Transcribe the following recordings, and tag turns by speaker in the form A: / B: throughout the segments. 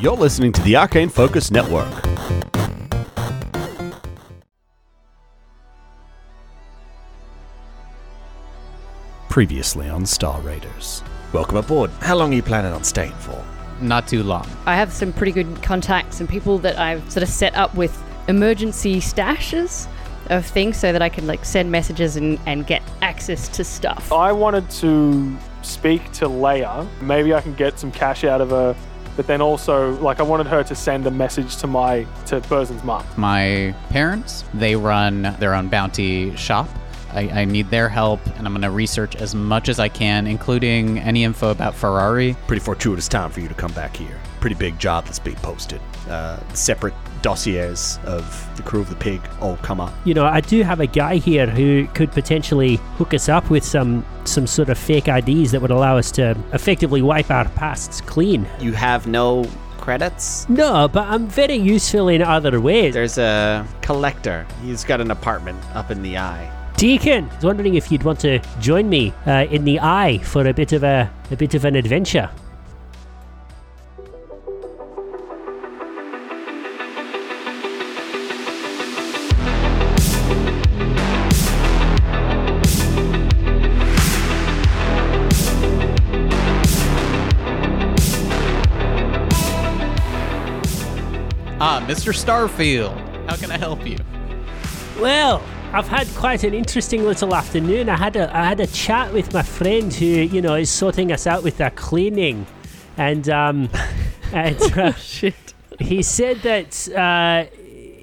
A: You're listening to the Arcane Focus Network. Previously on Star Raiders.
B: Welcome aboard. How long are you planning on staying for?
C: Not too long.
D: I have some pretty good contacts and people that I've sort of set up with emergency stashes of things so that I can like send messages and, and get access to stuff.
E: I wanted to speak to Leia. Maybe I can get some cash out of her. But then also, like, I wanted her to send a message to my to Burzen's mum.
C: My parents, they run their own bounty shop. I, I need their help, and I'm going to research as much as I can, including any info about Ferrari.
B: Pretty fortuitous time for you to come back here. Pretty big job that's being posted. Uh, separate dossiers of the crew of the pig all come up.
F: You know, I do have a guy here who could potentially hook us up with some some sort of fake IDs that would allow us to effectively wipe our pasts clean.
G: You have no credits?
F: No, but I'm very useful in other ways.
G: There's a collector. He's got an apartment up in the eye.
F: Deacon, I was wondering if you'd want to join me uh, in the eye for a bit of a a bit of an adventure.
C: Ah, Mr. Starfield, how can I help you?
F: Well, I've had quite an interesting little afternoon. I had a I had a chat with my friend who you know is sorting us out with their cleaning, and um, and uh,
D: Shit.
F: he said that uh,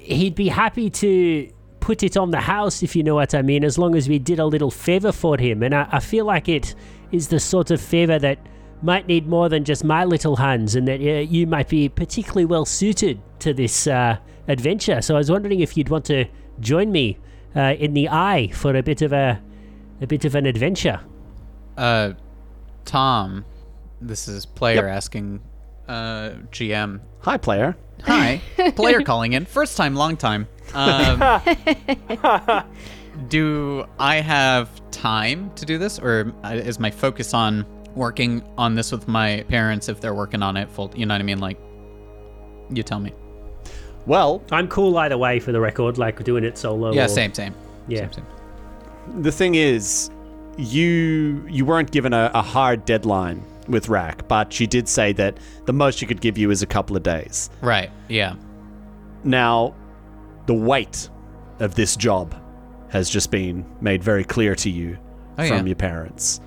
F: he'd be happy to put it on the house if you know what I mean, as long as we did a little favor for him. And I, I feel like it is the sort of favor that might need more than just my little hands, and that uh, you might be particularly well suited to this uh, adventure. So I was wondering if you'd want to join me uh, in the eye for a bit of a a bit of an adventure.
C: Uh, Tom, this is player asking uh, GM.
G: Hi, player.
C: Hi, player calling in. First time, long time. Um, do I have time to do this, or is my focus on working on this with my parents if they're working on it full? You know what I mean? Like, you tell me.
G: Well,
F: I'm cool either way for the record, like doing it solo.
C: Yeah,
F: or-
C: same, same.
F: Yeah.
C: Same, same.
A: The thing is,
B: You you weren't given a, a hard deadline with Rack, but she did say that the most she could give you is a couple of days.
C: Right. Yeah.
B: Now, the weight of this job has just been made very clear to you
C: Oh,
B: from
C: yeah.
B: your parents.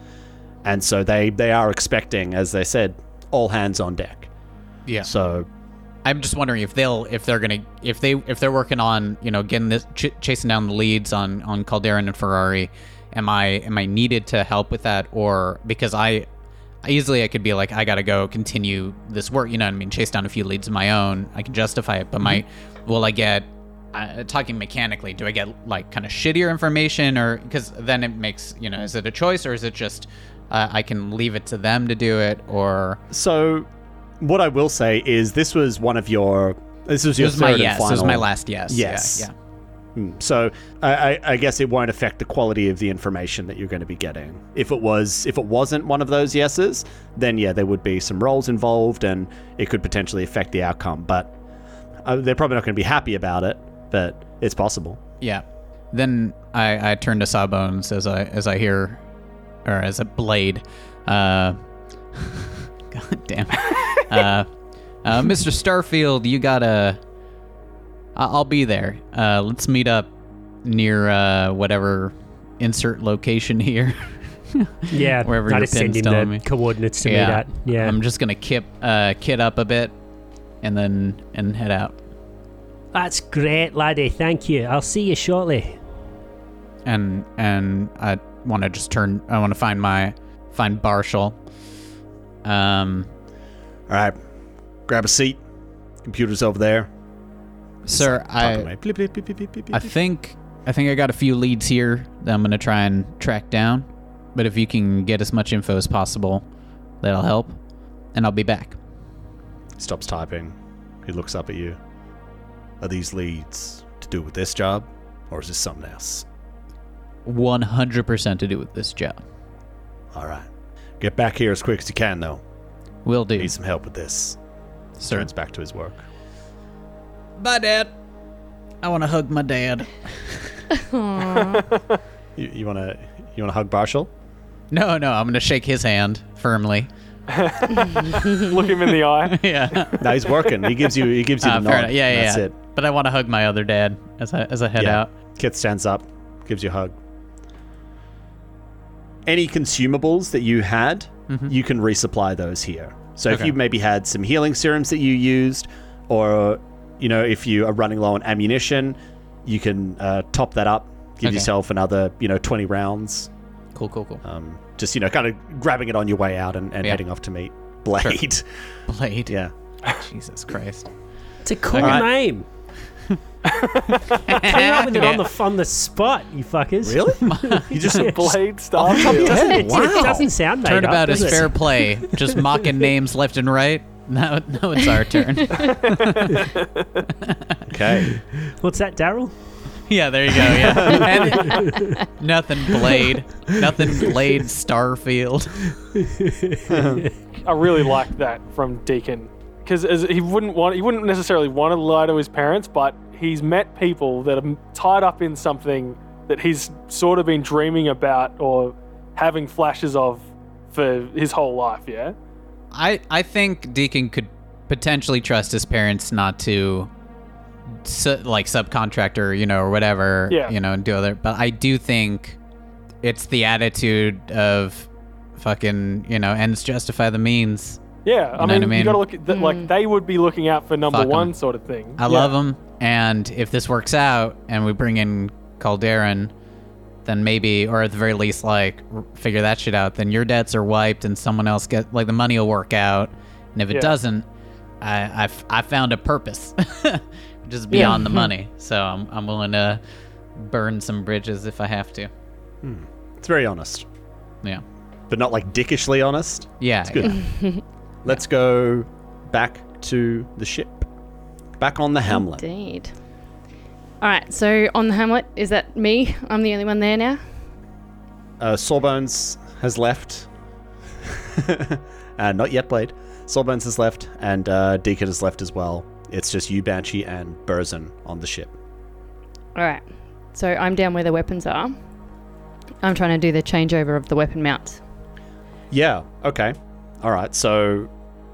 B: And so they, they are expecting, as they said, all hands on deck.
C: Yeah.
B: So
C: I'm just wondering if they'll if they're gonna if they if they're working on you know getting this ch- chasing down the leads on on Calderon and Ferrari, am I am I needed to help with that or because I I easily I could be like I gotta go continue this work you know what I mean chase down a few leads of my own I can justify it but my
B: Mm-hmm.
C: will I get uh, talking mechanically do I get like kind of shittier information or because then it makes you know is it a choice or is it just uh, I can leave it to them to do it or
B: so what I will say is this was one of your this was your
C: this is
B: third
C: my
B: and
C: yes this is my
B: final-
C: last yes
B: Yes.
C: yeah, yeah.
B: Mm, So I, I, I guess it won't affect the quality of the information that you're going to be getting. If it was, if it wasn't one of those yeses, then yeah, there would be some roles involved, and it could potentially affect the outcome. But uh, they're probably not going to be happy about it, but it's possible.
C: Yeah. Then I, I turn to Sawbones as I as I hear, or as a blade. Uh, God damn. it. uh, uh, Mr. Starfield, you gotta. I- I'll be there. Uh, let's meet up near uh, whatever insert location here.
F: Yeah,
C: Wherever
F: I
C: your
F: just send
C: pin's
F: him the
C: telling me.
F: coordinates to me that. Yeah,
C: I'm just gonna kip uh, kit up a bit, and then and head out.
F: that's great, laddie. Thank you. I'll see you shortly.
C: and and I want to just turn. I want to find my find Barshal. Um,
B: All right, grab a seat. Computer's over there.
C: sir,
B: Talk
C: I
B: away. Bleep, bleep, bleep, bleep, bleep,
C: I
B: bleep.
C: think I think I got a few leads here that I'm gonna try and track down. But if you can get as much info as possible, that'll help. And I'll be back.
B: Stops typing. He looks up at you. Are these leads to do with this job, or is this something else?
C: 100% to do with this job.
B: All right, get back here as quick as you can, though.
C: Will do.
B: Need some help with this.
C: Sir.
B: Turns back to his work.
C: Bye, Dad. I want to hug my dad.
B: You, you wanna you wanna hug Barshal?
C: No, no, I'm gonna shake his hand firmly.
E: Look him in the eye.
C: Yeah,
B: No, he's working. He gives you he gives you
C: Uh,
B: the
C: fair
B: nod.
C: enough. Yeah, yeah.
B: That's
C: yeah.
B: it.
C: But I want to hug my other dad as I as I head
B: Yeah.
C: out.
B: Kith stands up, gives you a hug. Any consumables that you had, you can resupply those here. So if
C: Mm-hmm. Okay.
B: you maybe had some healing serums that you used, or you know if you are running low on ammunition, you can uh, top that up. Give
C: Okay.
B: yourself another you know twenty rounds.
C: Cool, cool, cool.
B: Um, just you know kind of grabbing it on your way out and, and
C: Yeah.
B: heading off to meet Blade.
C: Blade.
B: yeah.
C: Jesus Christ.
F: It's a cool
C: Alright.
F: name. Came up with it on the on the spot, you fuckers.
B: Really? you just
E: Blade staff.
F: Doesn't, it,
C: Wow.
F: it doesn't sound made
C: Turnabout
F: up,
C: is
F: does it?
C: fair play. Just mocking names left and right. Now, now it's our turn.
B: okay.
F: What's that, Daryl?
C: yeah, there you go. Yeah. And nothing Blade. Nothing Blade Starfield.
E: I really liked that from Deacon because he wouldn't want he wouldn't necessarily want to lie to his parents, but he's met people that are tied up in something that he's sort of been dreaming about or having flashes of for his whole life. Yeah,
C: I I think Deacon could potentially trust his parents not to su- like subcontractor, you know, or whatever,
E: Yeah.
C: you know, and do other. But I do think it's the attitude of fucking, you know, ends justify the means.
E: yeah.
C: You
E: I
C: know what
E: mean,
C: I mean?
E: you gotta look at th- like they would be looking out for number
C: Fuck 'em.
E: one sort of thing.
C: I love him, and if this works out and we bring in Calderon, then maybe, or at the very least, like r- figure that shit out. Then your debts are wiped, and someone else get like the money will work out. And if it
E: Yeah.
C: doesn't, I I f- I found a purpose, which is beyond the money. So I'm I'm willing to burn some bridges if I have to.
B: It's very honest,
C: Yeah,
B: but not like dickishly honest.
C: yeah,
B: good.
C: yeah.
B: Let's go back to the ship. Back on the Hamlet.
D: Indeed. All right, so on the Hamlet, is that me? I'm the only one there now.
B: Uh, Sawbones has left. uh, not yet, Blade. Sawbones has left, and uh, Deacon has left as well. It's just you, Banshee, and Burzin on the ship.
D: All right, so I'm down where the weapons are. I'm trying to do the changeover of the weapon mount.
B: Yeah, okay. All right, so,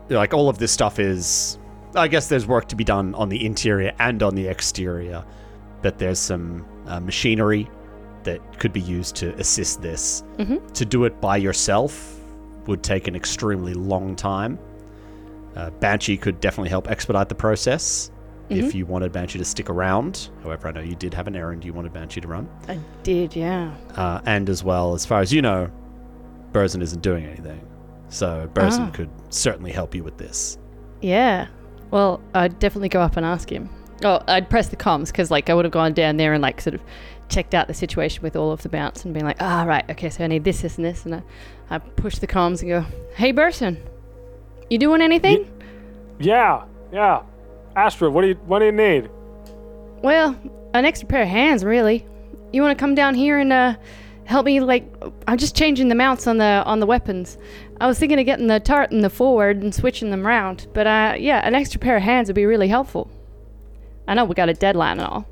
B: like, all of this stuff is. I guess there's work to be done on the interior and on the exterior, but there's some uh, machinery that could be used to assist this. To do it by yourself would take an extremely long time. Uh, Banshee could definitely help expedite the process if you wanted Banshee to stick around. However, I know you did have an errand you wanted Banshee to run.
D: I did, yeah.
B: Uh, and as well, as far as you know, Burzin isn't doing anything. So Burzin could certainly help you with this.
D: Yeah. Well, I'd definitely go up and ask him. Oh, I'd press the comms because, like, I would have gone down there and, like, sort of checked out the situation with all of the bounce and been like, ah, right, okay, so I need this, this, and this. And I, I push the comms and go, hey, Burson, you doing anything?
E: Yeah, yeah. Astra, what do you what do you need?
D: Well, an extra pair of hands, really. You want to come down here and uh, help me? Like, I'm just changing the mounts on the on the weapons. I was thinking of getting the turret and the forward and switching them round, but uh, yeah, an extra pair of hands would be really helpful. I know we got a deadline and all.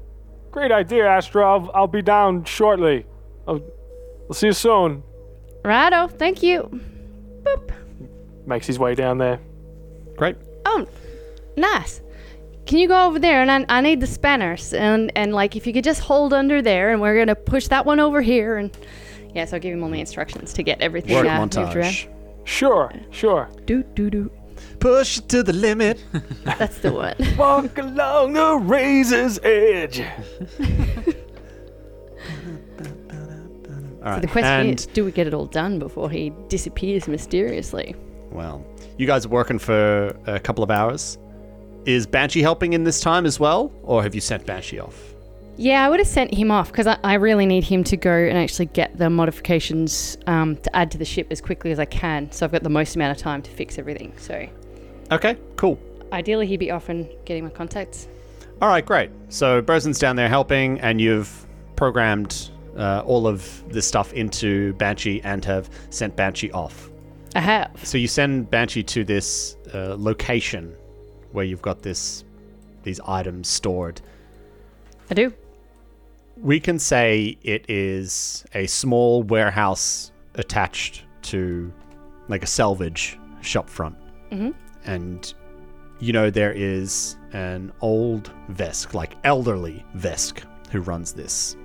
E: Great idea, Astra. I'll, I'll be down shortly. I'll, I'll see you soon.
D: Righto, thank you. Boop.
E: Makes his way down there.
B: Great.
D: Oh, nice. Can you go over there? And I, I need the spanners. And, and, like, if you could just hold under there, and we're going to push that one over here. And, yeah, so I'll give him all the instructions to get everything
B: Work
D: uh, moved around.
B: montage.
E: Sure, sure.
D: Do do do.
B: Push it to the limit.
D: That's the one.
E: Walk along the razor's edge.
B: All right.
D: the question
B: and,
D: is, do we get it all done before he disappears mysteriously?
B: well, you guys are working for a couple of hours. Is Banshee helping in this time as well, or have you sent Banshee off?
D: Yeah, I would have sent him off because I, I really need him to go and actually get the modifications um, to add to the ship as quickly as I can. So I've got the most amount of time to fix everything. So
B: Okay, cool.
D: ideally, he'd be off and getting my contacts.
B: All right, great. So Burzin's down there helping, and you've programmed uh, all of this stuff into Banshee and have sent Banshee off.
D: I have.
B: So you send Banshee to this uh, location where you've got this these items stored.
D: I do.
B: We can say it is a small warehouse attached to like a salvage shop front. And you know there is an old Vesk, like elderly Vesk, who runs this.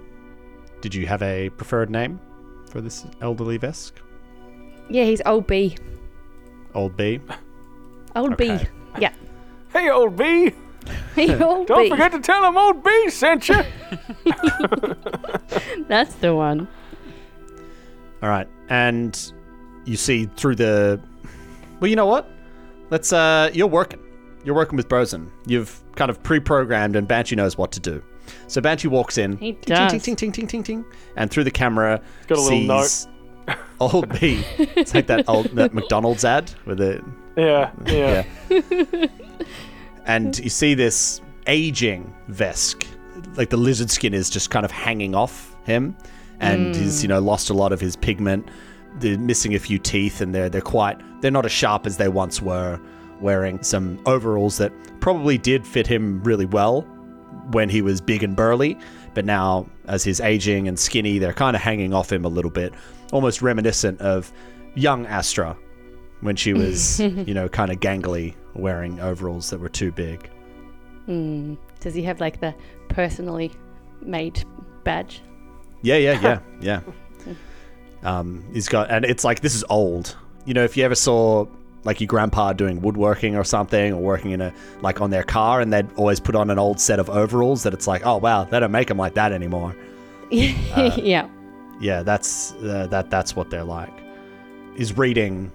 B: Did you have a preferred name for this elderly Vesk?
D: Yeah, he's old B.
B: Old B.
D: Old
B: Okay.
D: B. Yeah.
E: Hey, old B.
D: Hey, old
E: Don't
D: B.
E: forget to tell him old B sent you.
D: That's the one.
B: All right, and you see through the. Well, you know what? Let's. uh You're working. You're working with Brozen. You've kind of pre-programmed, and Banshee knows what to do. So Banshee walks in.
D: He
B: ting, ting,
D: does.
B: ting, ting, ting, ting, ting, and through the camera
E: got a little note.
B: sees old B. It's like that old that McDonald's ad with it,
E: yeah, yeah.
B: and you see this aging Vesk, like the lizard skin is just kind of hanging off him, and he's you know lost a lot of his pigment. They're missing a few teeth, and they're they're quite they're not as sharp as they once were. Wearing some overalls that probably did fit him really well when he was big and burly, but now as he's aging and skinny, they're kind of hanging off him a little bit, almost reminiscent of young Astra when she was, you know, kind of gangly, wearing overalls that were too big.
D: Does he have like the personally made badge?
B: Yeah, yeah, yeah, yeah. Um, he's got, and it's like this is old. You know, if you ever saw like your grandpa doing woodworking or something, or working in a like on their car, and they'd always put on an old set of overalls that it's like, oh wow, they don't make them like that anymore.
D: yeah.
B: yeah, that's uh, that. That's what they're like. Is reading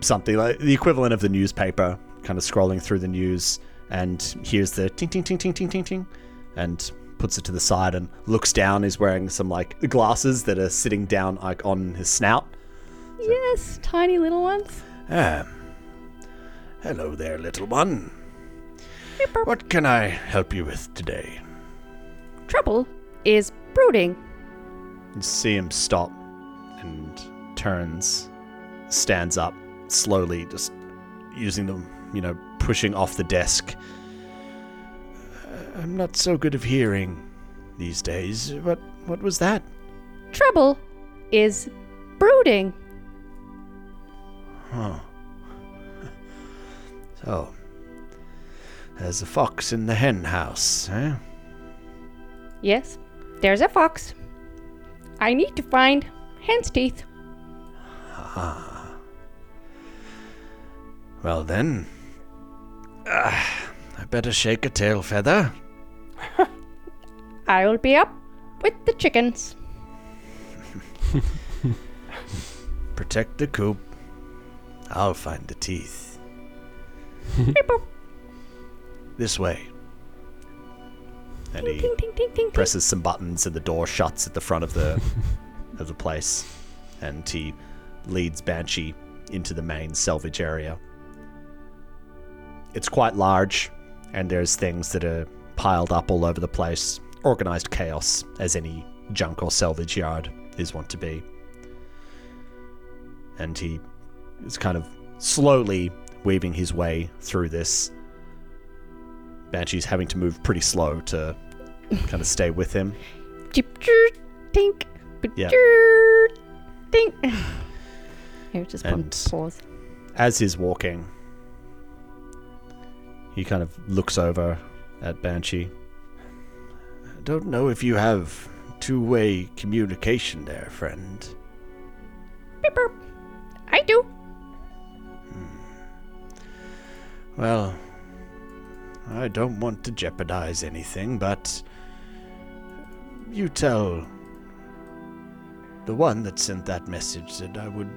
B: something like the equivalent of the newspaper, kind of scrolling through the news, and hears the ting ting ting ting ting ting ting, and puts it to the side and looks down. He's wearing some like glasses that are sitting down like on his snout.
D: Yes, tiny little ones.
G: Ah. Hello there, little one. What can I help you with today?
D: Trouble is brooding.
B: You see him stop and turns, stands up slowly, just using the, you know, pushing off the desk.
G: "Uh, I'm not so good of hearing these days. What what was that?
D: Trouble is brooding.
G: So "Oh, there's a fox in the hen house, eh?
D: Yes, there's a fox. I need to find hen's teeth.
G: Well then ah, I better shake a tail feather.
D: I will be up with the chickens.
G: Protect the coop. I'll find the teeth. this way.
B: And he
D: Ting, ting, ting, ting, ting.
B: presses some buttons and the door shuts at the front of the of the place. And he leads Banshee into the main salvage area. It's quite large, and there's things that are piled up all over the place. Organized chaos, as any junk or salvage yard is wont to be. And he is kind of slowly weaving his way through this. Banshee's having to move pretty slow to kind of stay with him.
D: Chip chir, tink.
B: Yeah.
D: Chir, tink. Here, just one
B: And-
D: pause.
B: As he's walking, he kind of looks over at Banshee.
G: Don't know if you have two-way communication there, friend.
D: Beep, boop. I do.
G: Well, I don't want to jeopardize anything, but you tell the one that sent that message that I would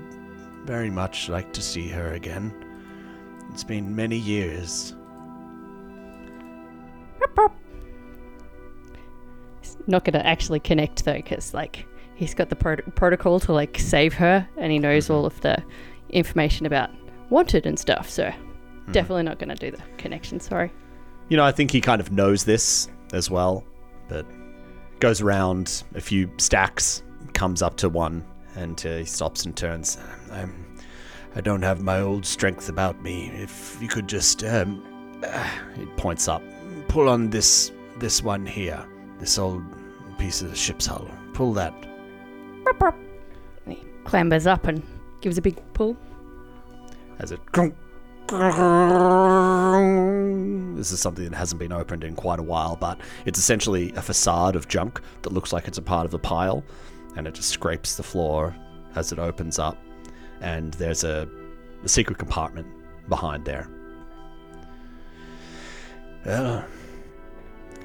G: very much like to see her again. It's been many years.
D: Beep, boop. He's not gonna actually connect though, because like he's got the prot- protocol to like save her, and he knows all of the information about wanted and stuff. So definitely not gonna do the connection. Sorry.
B: You know, I think he kind of knows this as well, but goes around a few stacks, comes up to one, and uh, he stops and turns.
G: I'm, I don't have my old strength about me. If you could just um, He points up. Pull on this this one here. This old piece of the ship's hull. Pull that.
D: Brop, brop. He clambers up and gives a big pull.
G: As it. This is something that hasn't been opened in quite a while, but it's essentially a facade of junk that looks like it's a part of the pile, and it just scrapes the floor as it opens up. And there's a, a secret compartment behind there. Well,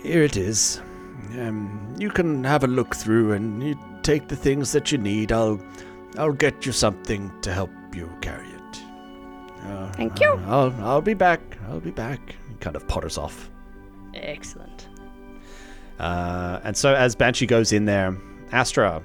G: here it is. Um, you can have a look through and you take the things that you need. I'll, I'll get you something to help you carry it. Uh,
D: Thank you.
G: I'll, I'll be back. I'll be back. He kind of potters off.
D: Excellent.
B: Uh, and so as Banshee goes in there, Astra,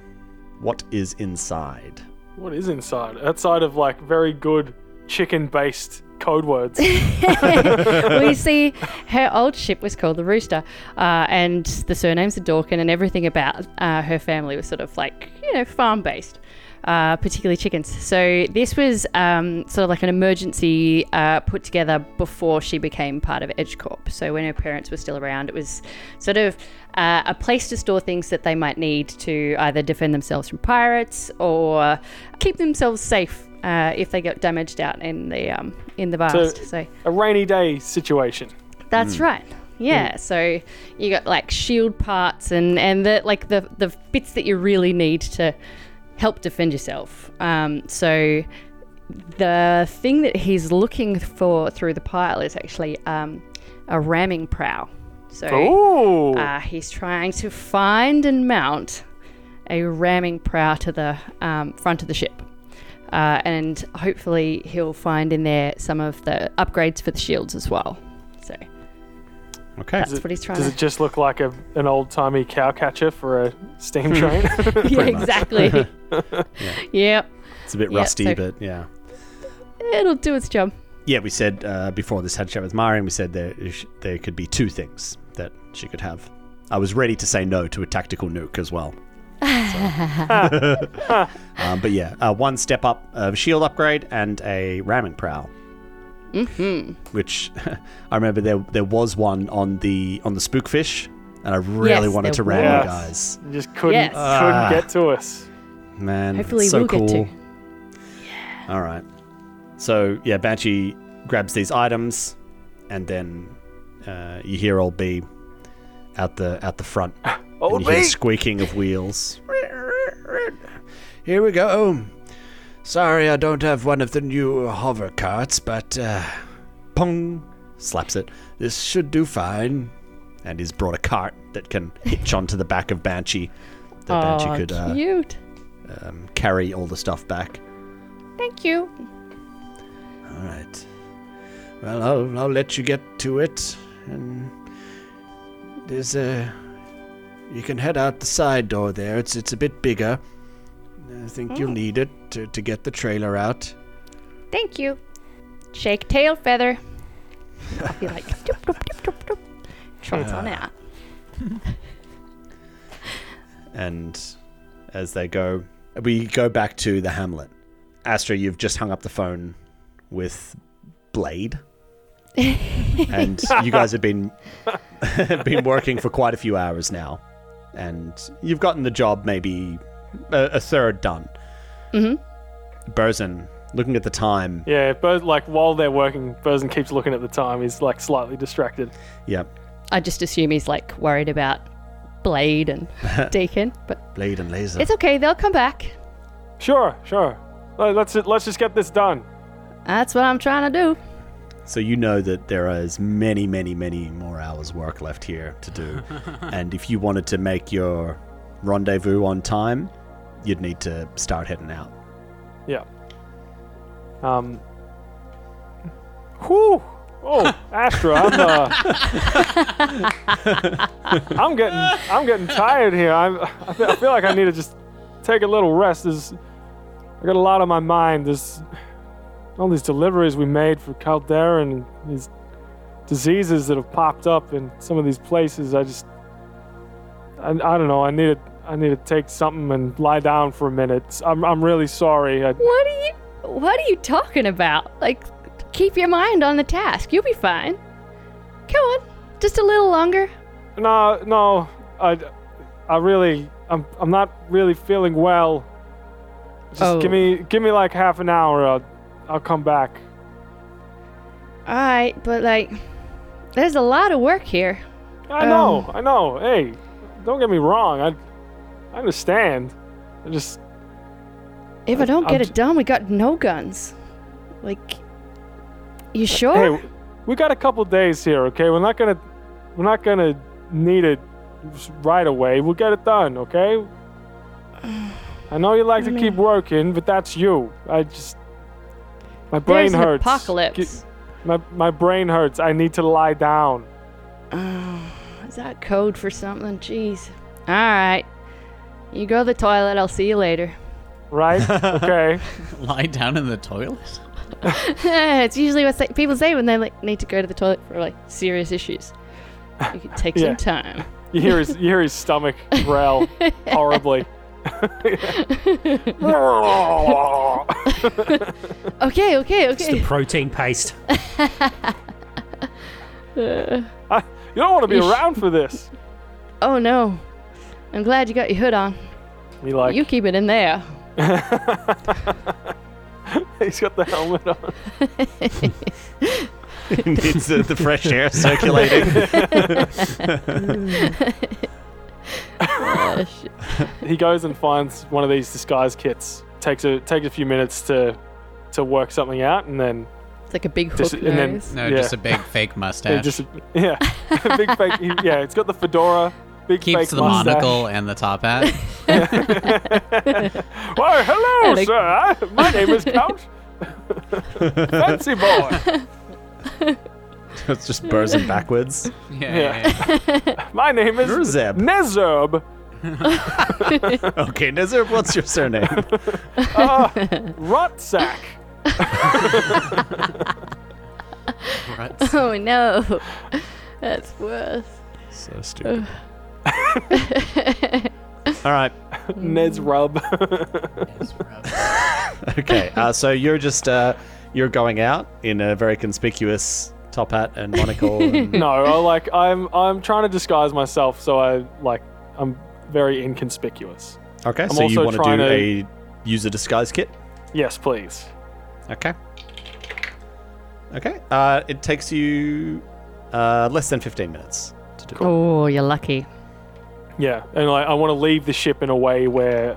B: what is inside?
E: What is inside? Outside of like very good chicken based code words.
D: we see her old ship was called the Rooster, uh, and the surnames are Dorkin, and everything about uh, her family was sort of like you know farm based, uh, particularly chickens. So this was um, sort of like an emergency uh, put together before she became part of EdgeCorp. So when her parents were still around, it was sort of uh, a place to store things that they might need to either defend themselves from pirates or keep themselves safe. Uh, if they got damaged out in the um, in the vast, so
E: a rainy day situation.
D: that's right. Yeah, so you got like shield parts and and the like the the bits that you really need to help defend yourself. Um, so the thing that he's looking for through the pile is actually um, a ramming prow. So
E: Ooh.
D: uh, he's trying to find and mount a ramming prow to the um, front of the ship. Uh, and hopefully he'll find in there some of the upgrades for the shields as well. So
B: Okay.
D: that's what he's trying
E: Does
D: to
E: it just look like a, an old timey cow catcher for a steam train?
D: yeah, exactly. Yep.
B: It's a bit
D: Yeah,
B: rusty,
D: so-
B: but yeah.
D: It'll do its job.
B: Yeah, we said uh, before this had a chat with Marion, we said there is- there could be two things that she could have. I was ready to say no to a tactical nuke as well. So- um, but yeah, uh, one step up of shield upgrade and a ramming prow. Mm-hmm. Which I remember there there was one on the on the spookfish, and I really
D: Yes,
B: wanted to
D: there
B: ram
E: was.
B: you guys.
E: You just couldn't
D: Yes.
E: couldn't get to us.
B: Man,
D: Hopefully
B: it's so
D: we'll
B: cool.
D: get to.
B: All right. So yeah, Banshee grabs these items, and then uh, you hear old B out the out the front. and you hear squeaking of wheels.
G: Here we go. Sorry, I don't have one of the new hover carts, but uh,
B: Pong slaps it,
G: this should do fine.
B: and is brought a cart that can hitch onto the back of Banshee. That
D: Oh,
B: Banshee could uh,
D: cute.
B: um, carry all the stuff back.
D: Thank you.
G: All right. Well, I'll, I'll let you get to it. And there's a. You can head out the side door there. It's it's a bit bigger. I think you'll need it to, to get the trailer out.
D: Thank you. Shake tail feather. I'll be like, doop, doop, doop, doop, doop. Trots on out.
B: And as they go, we go back to the hamlet. Astra, you've just hung up the phone with Blade, and you guys have been been working for quite a few hours now, and you've gotten the job maybe a, a third done. Mm-hmm. Burzin, looking at the time,
E: Yeah, but like while they're working, Burzin keeps looking at the time. He's like slightly distracted.
B: yeah,
D: I just assume he's like worried about Blade and Deacon, but
G: Blade and laser.
D: it's okay. They'll come back.
E: Sure, sure. Let- Let's let's just get this done.
D: That's what I'm trying to do.
B: So you know that there is many, many, many more hours work left here to do. and if you wanted to make your rendezvous on time, you'd need to start heading out.
E: Yeah. Um. Whew. Oh, Astra, I'm, uh, I'm getting I'm getting tired here. I'm, I feel- I feel like I need to just take a little rest. There's, I got a lot on my mind. There's all these deliveries we made for Caldera and these diseases that have popped up in some of these places. I just, I, I don't know. I need to I need to take something and lie down for a minute. I'm, I'm really sorry. I,
D: What are you? What are you talking about? Like, keep your mind on the task. You'll be fine. Come on, just a little longer.
E: No, no, I, I really, I'm, I'm not really feeling well. Just
D: Oh.
E: give me, give me like half an hour. I'll, I'll come back.
D: All right, but like, there's a lot of work here.
E: I
D: Um,
E: know, I know. Hey, don't get me wrong. I, I understand. I just,
D: If I don't
E: I'm
D: get
E: j-
D: it done, we got no guns. Like, you sure?
E: hey, we got a couple days here. Okay, we're not gonna, we're not gonna need it s- right away. We'll get it done. Okay. I know you like to keep working, but that's you. I just, my brain
D: there's an
E: hurts.
D: apocalypse.
E: Get- My, my brain hurts. I need to lie down.
D: Is that code for something? Jeez. All right. You go to the toilet. I'll see you later.
E: Right? okay.
C: Lie down in the toilet?
D: it's usually what say, people say when they like need to go to the toilet for like serious issues. You can take some
E: Yeah.
D: time.
E: You hear his you hear his stomach growl horribly.
D: Okay, okay,
F: It's the
D: okay.
F: protein paste.
E: You don't want to be
D: You sh-
E: around for this.
D: Oh no. I'm glad you got your hood on.
E: He like
D: you keep it in there.
E: he's got the helmet on.
B: needs the, the fresh air circulating.
D: Oh, shit.
E: He goes and finds one of these disguise kits. Takes a takes a few minutes to to work something out, and then
D: It's like a big hook
E: Just- and then-
D: nose.
C: No,
E: Yeah.
C: just a big fake
E: yeah,
C: mustache.
E: just yeah, big fake he- yeah. It's got the fedora, big fake
C: Keeps the
E: mustache.
C: monocle and the top hat.
E: Why, hello,
D: And a-
E: sir. I, my name is Count. Fancy boy.
B: it's just burzing backwards.
C: Yeah,
E: Yeah.
C: yeah. yeah.
E: My name is
B: Zerzeb.
E: Nezerb.
B: Okay, Nizzer, what's your surname?
E: Uh, Rotsack.
C: Ruts.
D: Oh no. That's worse.
B: so stupid. All right.
E: Nezrub.
B: Okay. Uh, so you're just uh, you're going out in a very conspicuous top hat and monocle. And
E: no, I like I'm I'm trying to disguise myself so I like I'm very inconspicuous.
B: okay. so you
E: also
B: want to
E: trying
B: do
E: to-
B: a user disguise kit?
E: Yes, please.
B: Okay. Okay. Uh, it takes you uh, less than 15 minutes to do it.
D: Oh, you're lucky.
E: Yeah, and like I want to leave the ship in a way where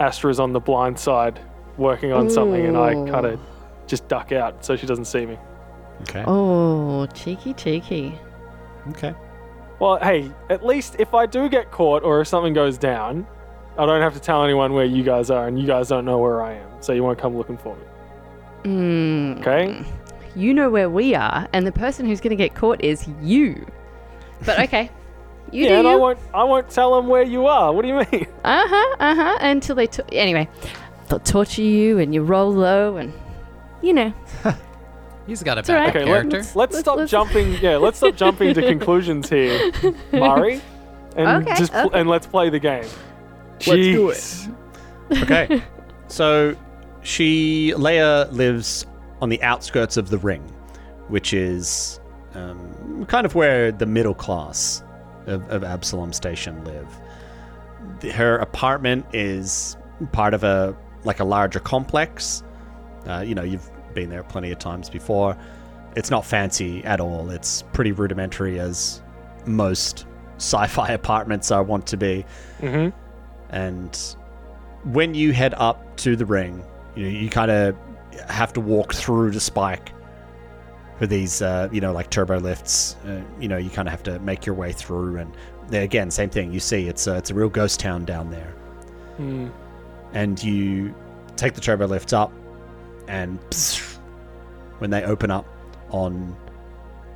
E: Astra's on the blind side working on something and I kind of just duck out so she doesn't see me.
B: Okay.
D: Oh, cheeky, cheeky.
B: Okay.
E: Well, hey, at least if I do get caught or if something goes down, I don't have to tell anyone where you guys are and you guys don't know where I am. So you won't come looking for me.
D: Mm,
E: Okay?
D: you know where we are, and the person who's going to get caught is you. But okay. You
E: yeah, and
D: do
E: I
D: you.
E: won't I won't tell them where you are. What do you mean?
D: Uh huh. Uh huh. Until they to- anyway, they'll torture you and you roll low and you know.
C: He's got a
D: all
C: backup
D: right.
E: Okay,
C: character.
E: let's, let's
D: Let's-
E: stop
D: let's-
E: jumping. Yeah, let's stop jumping to conclusions here, Mari, and
D: Okay,
E: just pl-
D: okay.
E: and let's play the game. Let's
B: do it. Okay. so she Leia lives on the outskirts of the ring, which is um, kind of where the middle class of, of Absalom Station live. The- Her apartment is part of a like a larger complex. Uh, you know, you've been there plenty of times before. It's not fancy at all. It's pretty rudimentary, as most sci-fi apartments are want to be. And when you head up to the ring, you know, you kind of have to walk through the spike for these, uh, you know, like turbo lifts. Uh, you know, you kind of have to make your way through, and there, again, same thing. You see, it's a, it's a real ghost town down there,
E: Mm.
B: and you take the turbo lifts up, and when they open up on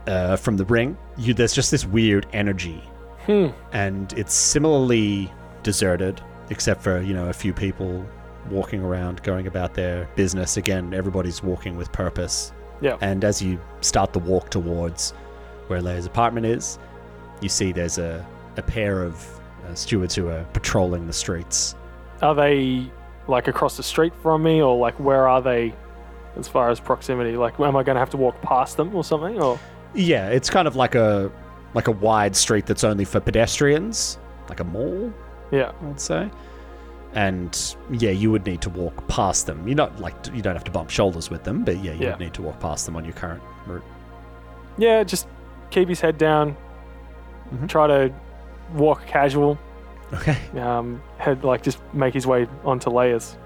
B: uh, from the ring, you there's just this weird energy
E: Hmm.
B: and it's similarly deserted, except for you know a few people walking around, going about their business. Again, everybody's walking with purpose.
E: Yeah.
B: And as you start the walk towards where Leia's apartment is, you see there's a a pair of uh, stewards who are patrolling the streets.
E: Are they like across the street from me, or like where are they as far as proximity? Like, am I going to have to walk past them or something? Or
B: Yeah, it's kind of like a like a wide street that's only for pedestrians, like a mall,
E: Yeah.
B: I would say. And yeah, you would need to walk past them. You're not like you don't have to bump shoulders with them, but yeah, you
E: Yeah.
B: would need to walk past them on your current route.
E: Yeah, just keep his head down.
B: Mhm.
E: Try to walk casual.
B: Okay.
E: Um, head like just make his way onto layers.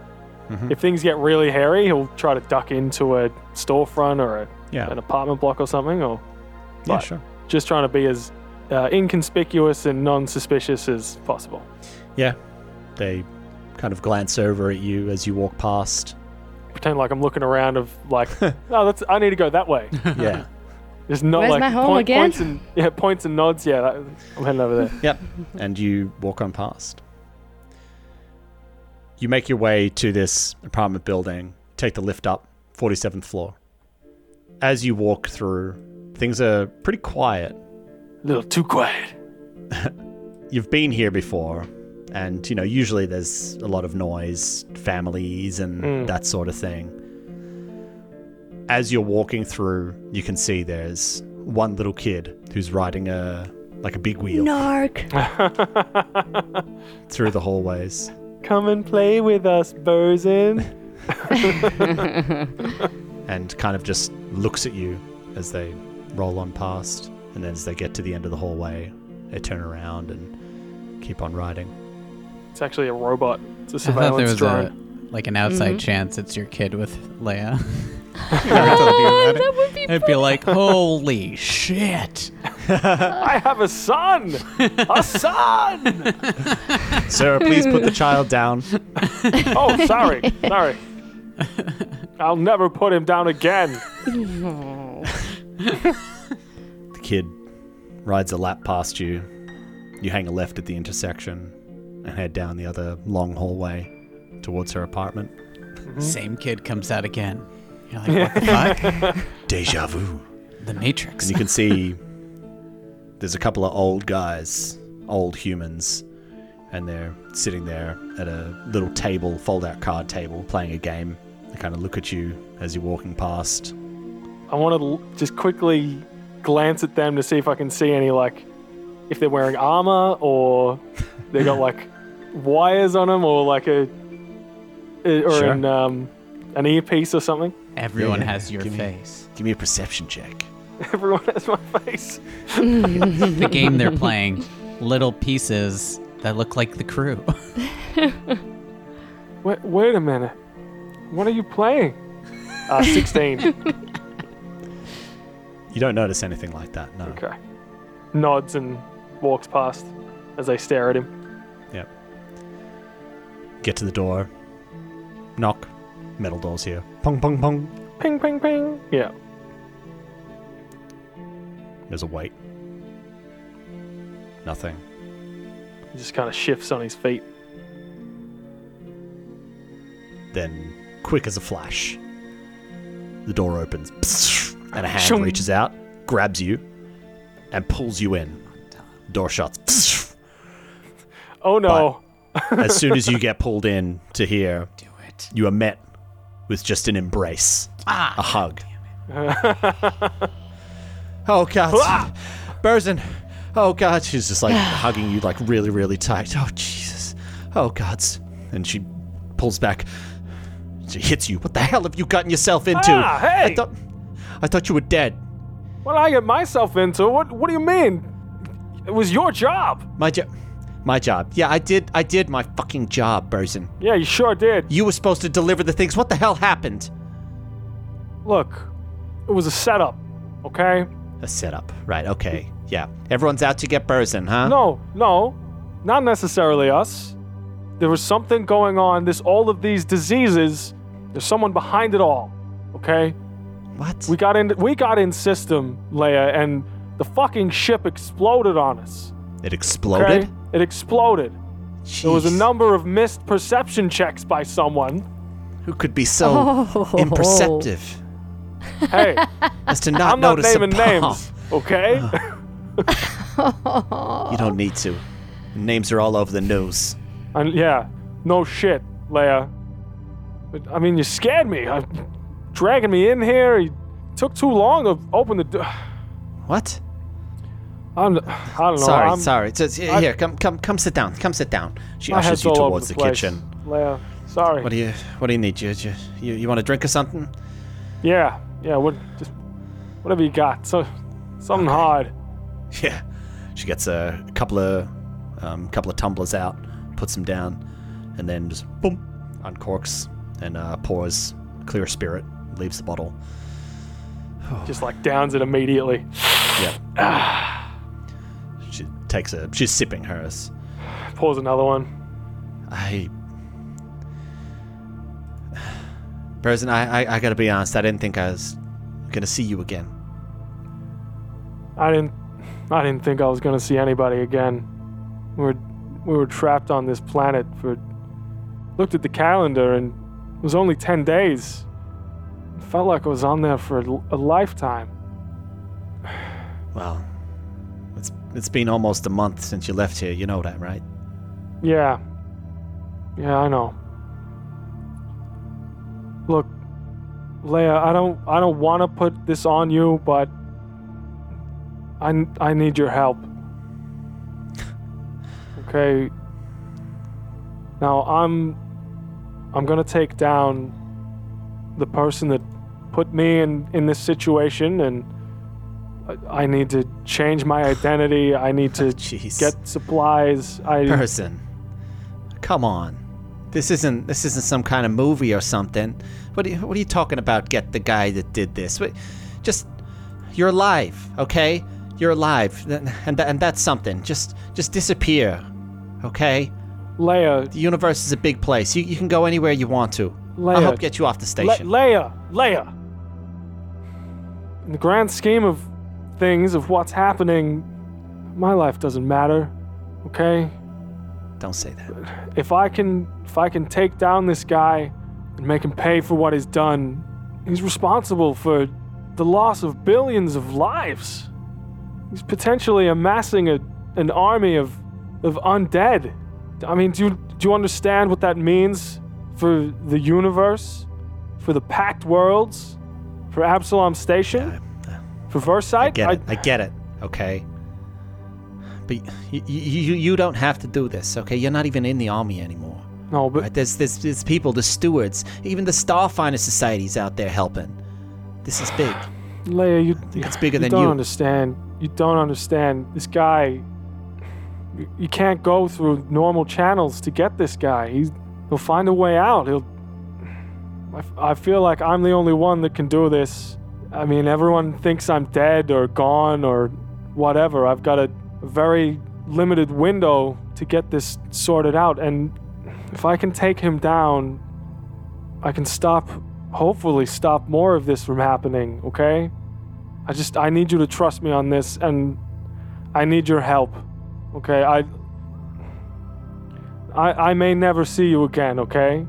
B: Mhm.
E: If things get really hairy, he'll try to duck into a storefront or a,
B: Yeah.
E: an apartment block or something, or
B: yeah,
E: but-
B: sure.
E: just trying to be as uh, inconspicuous and non-suspicious as possible.
B: They kind of glance over at you as you walk past.
E: Pretend like I'm looking around of like, oh, that's I need to go that way.
B: Yeah.
E: It's not
D: Where's
E: like
D: my home
E: point-
D: again?
E: points and yeah, points and nods. Yeah, that, I'm heading over there.
B: Yep. And you walk on past. You make your way to this apartment building, take the lift up, 47th floor. As you walk through, things are pretty quiet.
E: A little too quiet.
B: You've been here before, and you know, usually there's a lot of noise, families, and
E: Mm.
B: that sort of thing. As you're walking through, you can see there's one little kid who's riding a like a big wheel
D: Narc.
B: through the hallways.
E: Come and play with us, Burzin.
B: and kind of just looks at you as they roll on past. And then as they get to the end of the hallway, they turn around and keep on riding.
E: It's actually a robot. It's a
C: I thought there
E: surveillance
C: was
E: drone.
C: a like an outside chance it's your kid with Leia.
D: Ah, that would be.
C: It'd be like, holy shit!
E: I have a son. a son.
B: Sarah, please put the child down.
E: Oh, sorry, sorry. I'll never put him down again.
B: The kid rides a lap past you. You hang a left at the intersection and head down the other long hallway towards her apartment. Mm-hmm.
C: Same kid comes out again. You're like, what the fuck?
B: Deja vu.
C: The
B: And
C: Matrix.
B: you can see there's a couple of old guys, old humans, and they're sitting there at a little table, fold out card table, playing a game. They kind of look at you as you're walking past.
E: I want to l- just quickly glance at them to see if I can see any like if they're wearing armor or they got like wires on them or like a or
B: Sure.
E: an um, an earpiece or something.
C: Everyone
B: Yeah, yeah,
C: has your
B: give me-
C: face.
B: Give me a perception check.
E: Everyone has my face.
C: The game they're playing, little pieces that look like the crew.
E: Wait, wait a minute. What are you playing? Uh, 16.
B: You don't notice anything like that, no.
E: okay. Nods and walks past as they stare at him.
B: Get to the door, knock, metal doors here. Pong, pong, pong.
E: Ping, ping, ping. Yeah.
B: There's a wait. Nothing.
E: He just kind of shifts on his feet.
B: Then, quick as a flash, the door opens, and a hand
E: Shung.
B: reaches out, grabs you, and pulls you in. Door shuts.
E: Oh no.
B: As soon as you get pulled in to here,
C: Do it.
B: you are met with just an embrace,
C: Ah.
B: a hug. oh
C: Ah!
B: God, Burzin! Oh God, she's just like hugging you like really, really tight. Oh Jesus! Oh God! And she pulls back. She hits you. What the hell have you gotten yourself into?
E: Ah,
B: I
E: hey!
B: thought, I thought you were dead.
E: What did I get myself into? What What do you mean? It was your job.
B: My job. My job. Yeah, I did. I did my fucking job, Burzin.
E: Yeah, you sure did.
B: You were supposed to deliver the things. What the hell happened?
E: Look, it was a setup. Okay.
B: A setup. Right. Okay. Yeah. Everyone's out to get Burzin, huh?
E: No, no, not necessarily us. There was something going on. This all of these diseases. There's someone behind it all. Okay.
B: What?
E: We got in. We got in system, Leia, and the fucking ship exploded on us.
B: It
E: Okay.
B: exploded.
E: It exploded. There was a
B: Jeez.
E: number of missed perception checks by someone.
B: Who could be so
D: Oh.
B: imperceptive
E: Hey,
B: as to not
E: I'm not
B: notice
E: naming
B: a bomb?
E: names. Okay.
B: You don't need to. Names are all over the news.
E: And yeah, no shit, Leia. But, I mean, you Uh, scared me. I, dragging me in here. You took too long to open the door.
B: What?
E: I'm, I don't know.
B: sorry,
E: I'm,
B: sorry. It's, it's-
E: I-
B: here, come, come, come, sit down. Come sit down. She
E: my
B: ushers
E: head's
B: you
E: all over
B: towards the,
E: place.
B: kitchen.
E: Leia, sorry.
B: What do you, what do you need? You, you, you, you want a drink or something?
E: yeah, yeah. What? Just whatever you got. So, something hard.
B: Yeah. She gets a couple of, um, couple of tumblers out, puts them down, and then just boom, uncorks and uh, pours clear spirit, leaves the bottle.
E: Just like downs it immediately.
B: She takes a, she's sipping hers.
E: Pours another one.
B: I. Person, I, I, I gotta be honest, I didn't think I was gonna see you again.
E: I didn't. I didn't think I was gonna see anybody again. We were, we were trapped on this planet for. Looked at the calendar and it was only ten days. It felt like I was on there for a, l- a lifetime.
B: Well, it's it's been almost a month since you left here, you know that, right?
E: Yeah. Yeah, I know. Look, Leia, I don't I don't want to put this on you, but I n- I need your help. Okay. Now, I'm I'm going to take down the person that put me in in this situation and I, I need to change my identity. I need to
B: Jeez.
E: get supplies. I
B: Person. Come on. This isn't this isn't some kind of movie or something. What are you, what are you talking about? Get the guy that did this. What, just you're alive, okay? You're alive, and and, tha- and that's something. Just just disappear, okay?
E: Leia,
B: The universe is a big place. You, you can go anywhere you want to.
E: Leia.
B: I'll help get you off the
E: Le-
B: station.
E: Leia, Leia. In the grand scheme of things, of what's happening, my life doesn't matter. Okay?
B: Don't say that.
E: If I can, if I can take down this guy and make him pay for what he's done, he's responsible for the loss of billions of lives. He's potentially amassing a, an army of, of undead. I mean, do you, do you understand what that means for the universe, for the packed worlds, for Absalom Station, for Versailles?
B: uh, I get it. I get it. Okay. But you, you you don't have to do this. Okay, you're not even in the army anymore.
E: no, but
B: Right? There's, there's there's people, the stewards, even the Starfinder Society's out there helping. This is big.
E: Leia, you,
B: think it's bigger
E: you
B: than
E: don't
B: you.
E: understand. You don't understand. This guy, you, you can't go through normal channels to get this guy. He's, he'll find a way out. He'll. I, f- I feel like I'm the only one that can do this. I mean, everyone thinks I'm dead or gone or whatever. I've got a very limited window to get this sorted out, and if I can take him down, I can stop. Hopefully, stop more of this from happening. Okay. I just I need you to trust me on this and I need your help. Okay? I I I may never see you again, okay?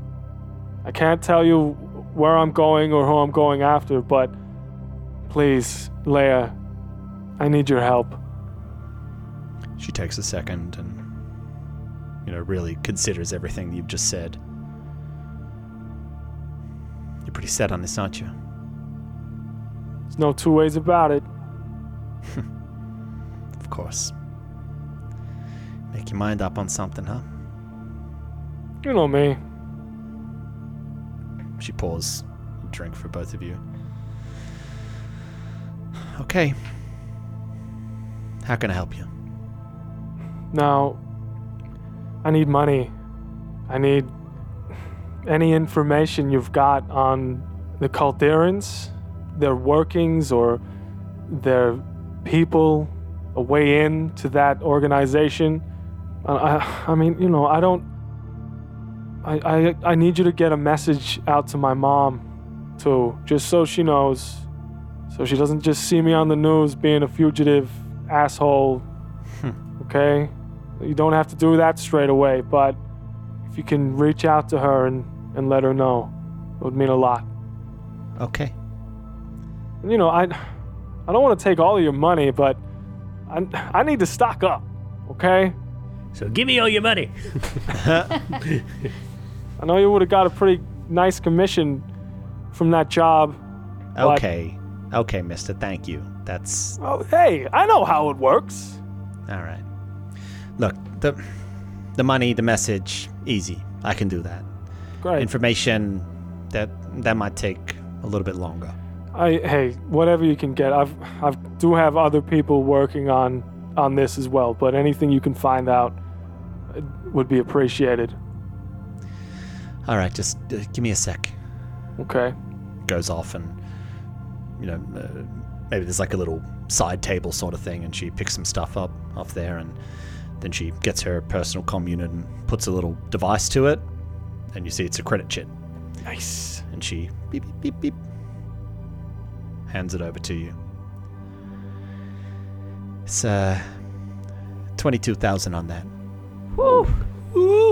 E: I can't tell you where I'm going or who I'm going after, but please, Leia, I need your help.
B: She takes a second and you know really considers everything you've just said. You're pretty set on this, aren't you?
E: There's no two ways about it.
B: Of course. Make your mind up on something, huh?
E: You know me.
B: She pours a drink for both of you. Okay. How can I help you?
E: Now, I need money. I need any information you've got on the Calderans, their workings, or their people, a way in to that organization. I, I, I mean, you know, I don't. I, I, I need you to get a message out to my mom, too, just so she knows. So she doesn't just see me on the news being a fugitive asshole okay? You don't have to do that straight away, but if you can reach out to her and, and let her know, it would mean a lot.
B: Okay.
E: And, you know, I I don't want to take all of your money, but I, I need to stock up, okay?
F: So give me all your money.
E: I know you would have got a pretty nice commission from that job. But-
B: Okay. Okay, mister, thank you. That's
E: Oh, hey, I know how it works.
B: all right. Look, the the money, the message, easy. I can do that.
E: Great.
B: Information that that might take a little bit longer.
E: I hey, whatever you can get. I've I've do have other people working on on this as well, but anything you can find out uh, would be appreciated.
B: All right, just uh, give me a sec.
E: Okay.
B: Goes off and you know uh, maybe there's like a little side table sort of thing, and she picks some stuff up off there, and then she gets her personal comm unit and puts a little device to it, and you see it's a credit chip.
E: Nice.
B: and she beep beep beep beep hands it over to you. It's uh twenty-two thousand on that.
D: Woo.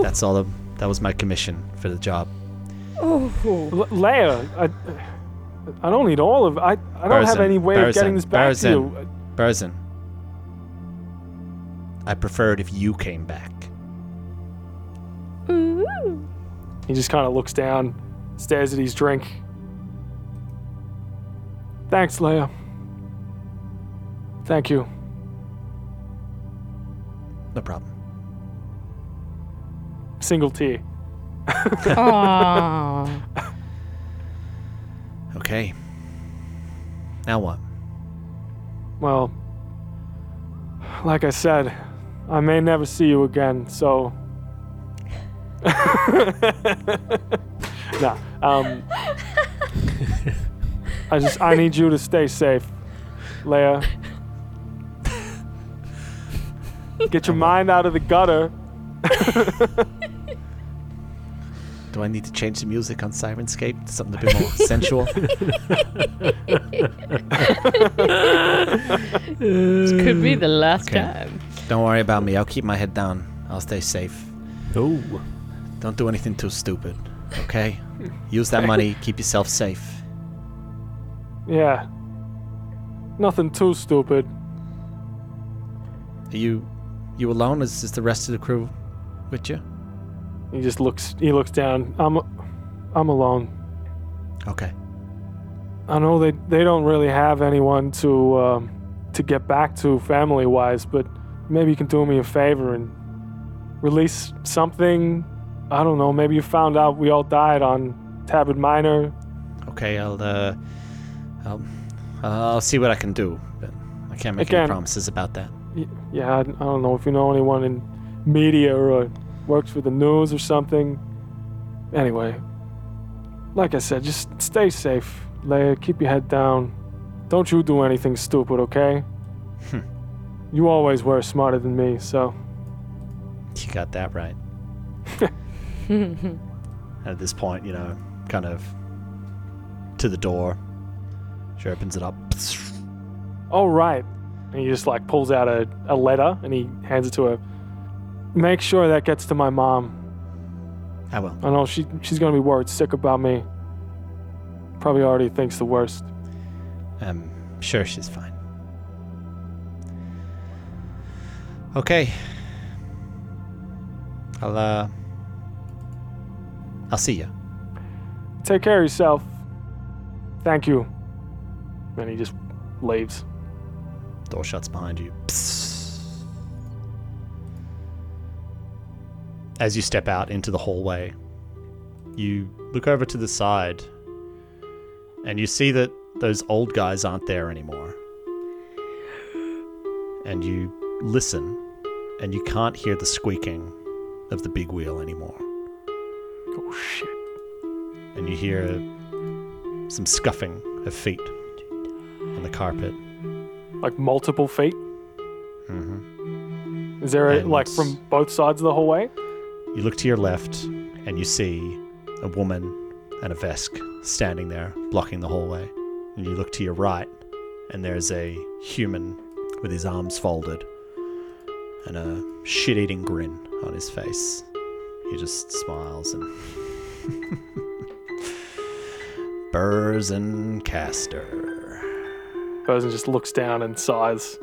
B: That's all. Of, that was my commission for the job.
E: L- Leia, I I don't need all of. I I don't have
B: Barzin,
E: any way of getting
B: Barzin,
E: this back to you.
B: Burzin, I prefer it if you came back.
E: He just kind of looks down, stares at his drink. Thanks, Leia. Thank you.
B: No problem.
E: Single tear.
D: Aww.
B: Okay. Now what?
E: Well, like I said, I may never see you again, so. nah. Um, I just I need you to stay safe, Leia. Get your mind out of the gutter.
B: Do I need to change the music on Sirenscape to something a bit more sensual?
D: Could be the last
B: Okay.
D: time.
B: Don't worry about me. I'll keep my head down. I'll stay safe.
F: Oh.
B: Don't do anything too stupid, okay? Use that money, keep yourself safe.
E: Yeah. Nothing too stupid.
B: Are you you alone? Is, is the rest of the crew with you?
E: He just looks. He looks down. I'm. I'm alone.
B: Okay.
E: I know they, they don't really have anyone to um, to get back to family wise, but maybe you can do me a favor and release something. I don't know. Maybe you found out we all died on Tabard Minor.
B: Okay, I'll uh I'll I'll see what I can do. But I can't make
E: Again.
B: any promises about that.
E: Y- Yeah, I, I don't know if you know anyone in media or uh, works for the news or something. Anyway, like I said, just stay safe, Leia. Keep your head down. Don't you do anything stupid, okay? you always were smarter than me, so.
B: You got that right. And at this point, you know, kind of to the door. She opens it up.
E: All Oh, right. And he just like pulls out a, a letter and he hands it to her. Make sure that gets to my mom.
B: I will.
E: I know she she's gonna be worried sick about me. Probably already thinks the worst.
B: I'm sure she's fine. Okay. I'll uh I'll see you.
E: Take care of yourself. Thank you. And he just leaves.
B: Door shuts behind you. As you step out into the hallway, you look over to the side and you see that those old guys aren't there anymore. And you listen and you can't hear the squeaking of the big wheel anymore.
E: Oh shit.
B: And you hear some scuffing of feet on the carpet.
E: Like multiple feet?
B: hmm
E: Is there a,
B: And-
E: like from both sides of the hallway?
B: You look to your left and you see a woman and a Vesk standing there blocking the hallway. And you look to your right and there's a human with his arms folded and a shit eating grin on his face. He just smiles and. Burrs and Caster.
E: Person just looks down and sighs.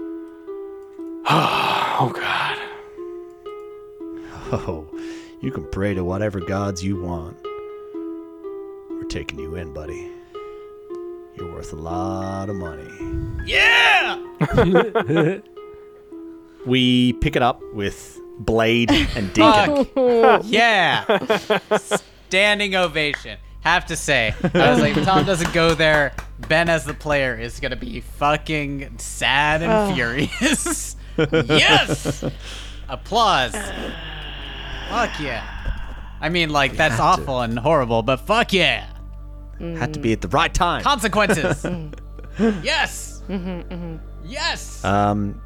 E: oh god.
B: Oh, you can pray to whatever gods you want. We're taking you in, buddy.
G: You're worth a lot of money.
B: We pick it up with Blade and Deacon.
C: Fuck. yeah. Standing ovation. Have to say. I was like, if Tom doesn't go there. Ben, as the player, is going to be fucking sad and furious. yes! Applause. fuck yeah. I mean, like, that's awful and horrible, but fuck yeah.
B: Had to be at the right time.
C: Consequences. yes! Yes!
B: Um,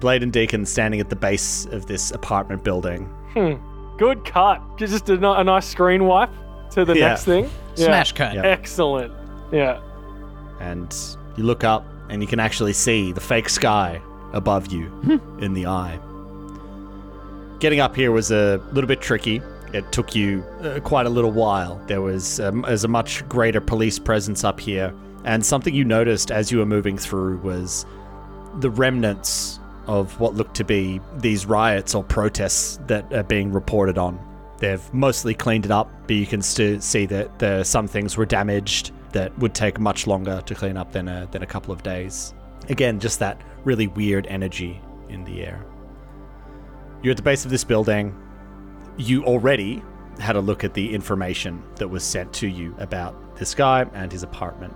B: Blade and Deacon standing at the base of this apartment building.
E: Good cut. Just a, ni- a nice screen wipe to the
B: Yeah.
E: next thing. Yeah.
C: Smash cut.
B: Yeah.
E: Excellent. Yeah.
B: and you look up and you can actually see the fake sky above you in the eye. Getting up here was a little bit tricky. It took you uh, quite a little while. There was um, as a much greater police presence up here, and something you noticed as you were moving through was the remnants of what looked to be these riots or protests that are being reported on. They've mostly cleaned it up, but you can still see that there some things were damaged that would take much longer to clean up than a, than a couple of days. Again, just that really weird energy in the air. You're at the base of this building. You already had a look at the information that was sent to you about this guy and his apartment.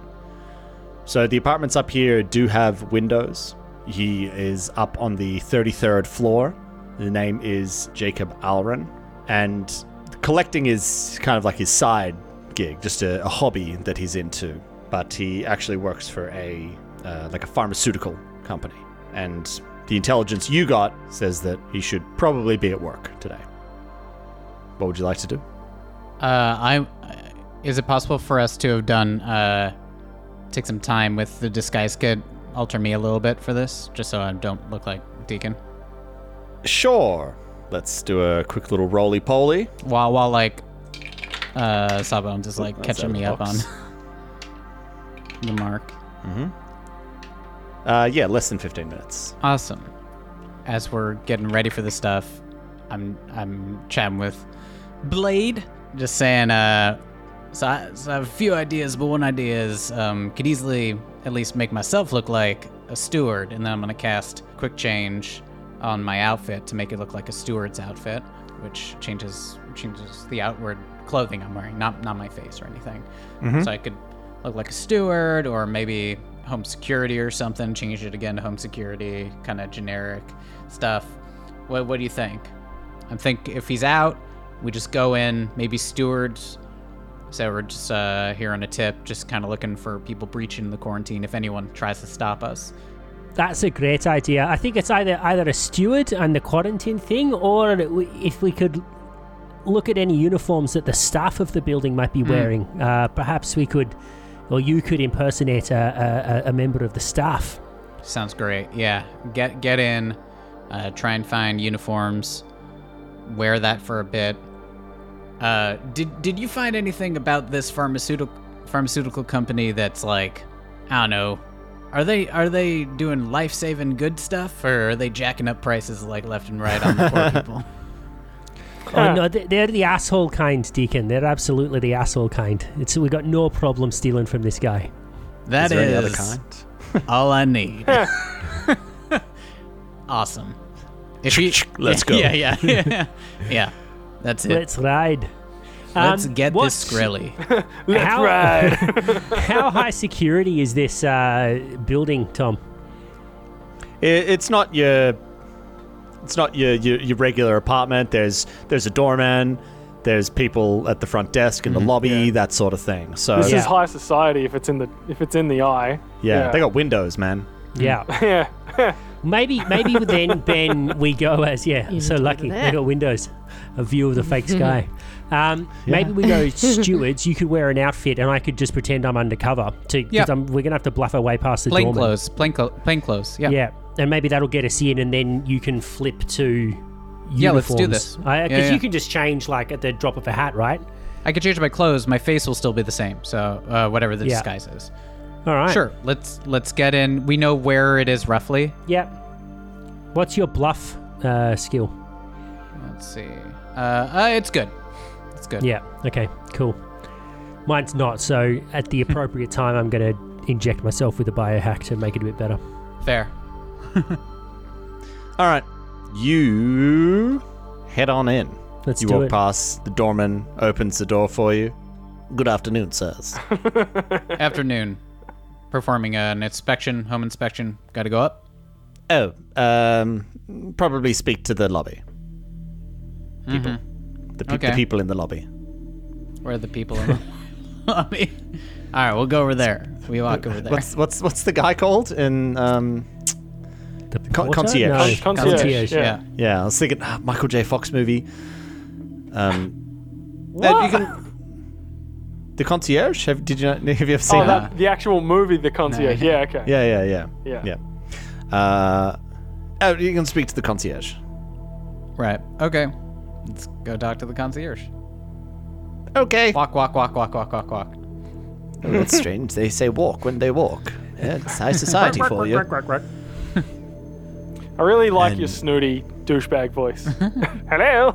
B: So the apartments up here do have windows. He is up on the 33rd floor. The name is Jacob Alren. And collecting is kind of like his side gig, just a, a hobby that he's into. But he actually works for a uh, like a pharmaceutical company. And the intelligence you got says that he should probably be at work today. What would you like to do?
C: Uh, I is it possible for us to have done uh, take some time with the disguise kit, alter me a little bit for this, just so I don't look like Deacon.
B: Sure. Let's do a quick little roly poly.
C: While while like uh, Sawbones is like
B: That's out
C: catching
B: of
C: me
B: the
C: up on
B: box.
C: the mark.
B: Uh, yeah, less than 15 minutes.
C: Awesome. As we're getting ready for this stuff, I'm I'm chatting with Blade, just saying. Uh, so I, so I have a few ideas, but one idea is um, could easily at least make myself look like a steward, and then I'm gonna cast quick change on my outfit to make it look like a steward's outfit, which changes changes the outward clothing I'm wearing, not not my face or anything. So I could look like a steward or maybe home security or something. Change it again to home security, kind of generic stuff. What what do you think? I think if he's out, we just go in, maybe stewards. So we're just uh, here on a tip, just kind of looking for people breaching the quarantine if anyone tries to stop us.
F: That's a great idea. I think it's either either a steward and the quarantine thing, or we- if we could look at any uniforms that the staff of the building might be wearing. Uh, perhaps we could, or you could impersonate a, a, a- a member of the staff.
C: Sounds great. Yeah, get get in, uh, try and find uniforms, wear that for a bit. Uh, did did you find anything about this pharmaceutical pharmaceutical company that's like, I don't know, are they are they doing life saving good stuff or are they jacking up prices like left and right on the poor people?
F: Oh no, they- they're the asshole kind, Deacon. They're absolutely the asshole kind. It's we got no problem stealing from this guy.
C: That is
B: there any other kind?
C: all I need. awesome. If he,
B: Let's go.
C: Yeah, yeah, yeah, yeah. That's it.
F: Let's ride.
C: Let's
F: Um,
C: get
F: what's-
C: this Skrilly.
E: Let's
F: How-
E: ride.
F: How high security is this uh, building, Tom?
B: I- it's not your it's not your, your your regular apartment there's there's a doorman there's people at the front desk in the lobby that sort of thing so
E: this
B: Oh, yeah,
E: is high society if it's in the if it's in the eye. yeah.
B: they got windows man
D: Hmm.
F: Yeah.
E: Yeah.
F: Maybe, maybe then Ben, we go as yeah. so
D: need to go
F: lucky
D: to
F: they
D: that.
F: got windows, a view of the fake sky. Um, Maybe we go stewards. You could wear an outfit, and I could just pretend I'm undercover. To 'cause
C: Yep.
F: I'm- we're gonna have to bluff our way past the
C: plain
F: doorman.
C: clothes, plain, clo- plain clothes. Yeah.
F: Yeah. and maybe that'll get us in, and then you can flip to. Uniforms.
C: Yeah, let's do this.
F: Because
C: Yeah, yeah.
F: you can just change like at the drop of a hat, right?
C: I could change my clothes. My face will still be the same. So uh, whatever the
F: Yeah.
C: disguise is.
F: All right.
C: Sure. Let's let's get in. We know where it is roughly.
F: Yeah. What's your bluff uh, skill?
C: Let's see. Uh, uh it's good. It's good.
F: Yeah. Okay. Cool. Mine's not, so at the appropriate time, I'm going to inject myself with a biohack to make it a bit better.
C: Fair.
B: All right, you head on in.
F: Let's
B: you
F: do
B: walk
F: it.
B: past. The doorman opens the door for you. Good afternoon, sirs.
C: Afternoon. Performing an inspection, home inspection. Got to go up.
B: oh, um, probably speak to the lobby. People, the, pe- the
C: Okay.
B: people in the lobby.
C: Where are the people in the lobby? All right, we'll go over there. We walk over there.
B: What's what's what's the guy called? In um,
F: The
B: Con-
F: porter?
B: concierge.
F: No.
E: Con- concierge,
F: concierge,
E: yeah.
C: yeah.
B: yeah, I was thinking ah, Michael J. Fox movie. Um, uh, you can- the concierge. Have did you not, have you ever seen
E: Oh,
B: that?
E: that, the actual movie, The Concierge.
C: No.
E: Yeah, okay.
B: Yeah, yeah, yeah,
E: Yeah.
B: yeah. Uh, oh, you can speak to the concierge.
C: Right. Okay. Let's go talk to the concierge.
B: Okay.
C: Walk, walk, walk, walk, walk, walk, walk.
B: Oh, that's strange. They say walk when they walk. Yeah, it's high society for you.
E: I really like your
B: And-
E: snooty douchebag voice. Hello.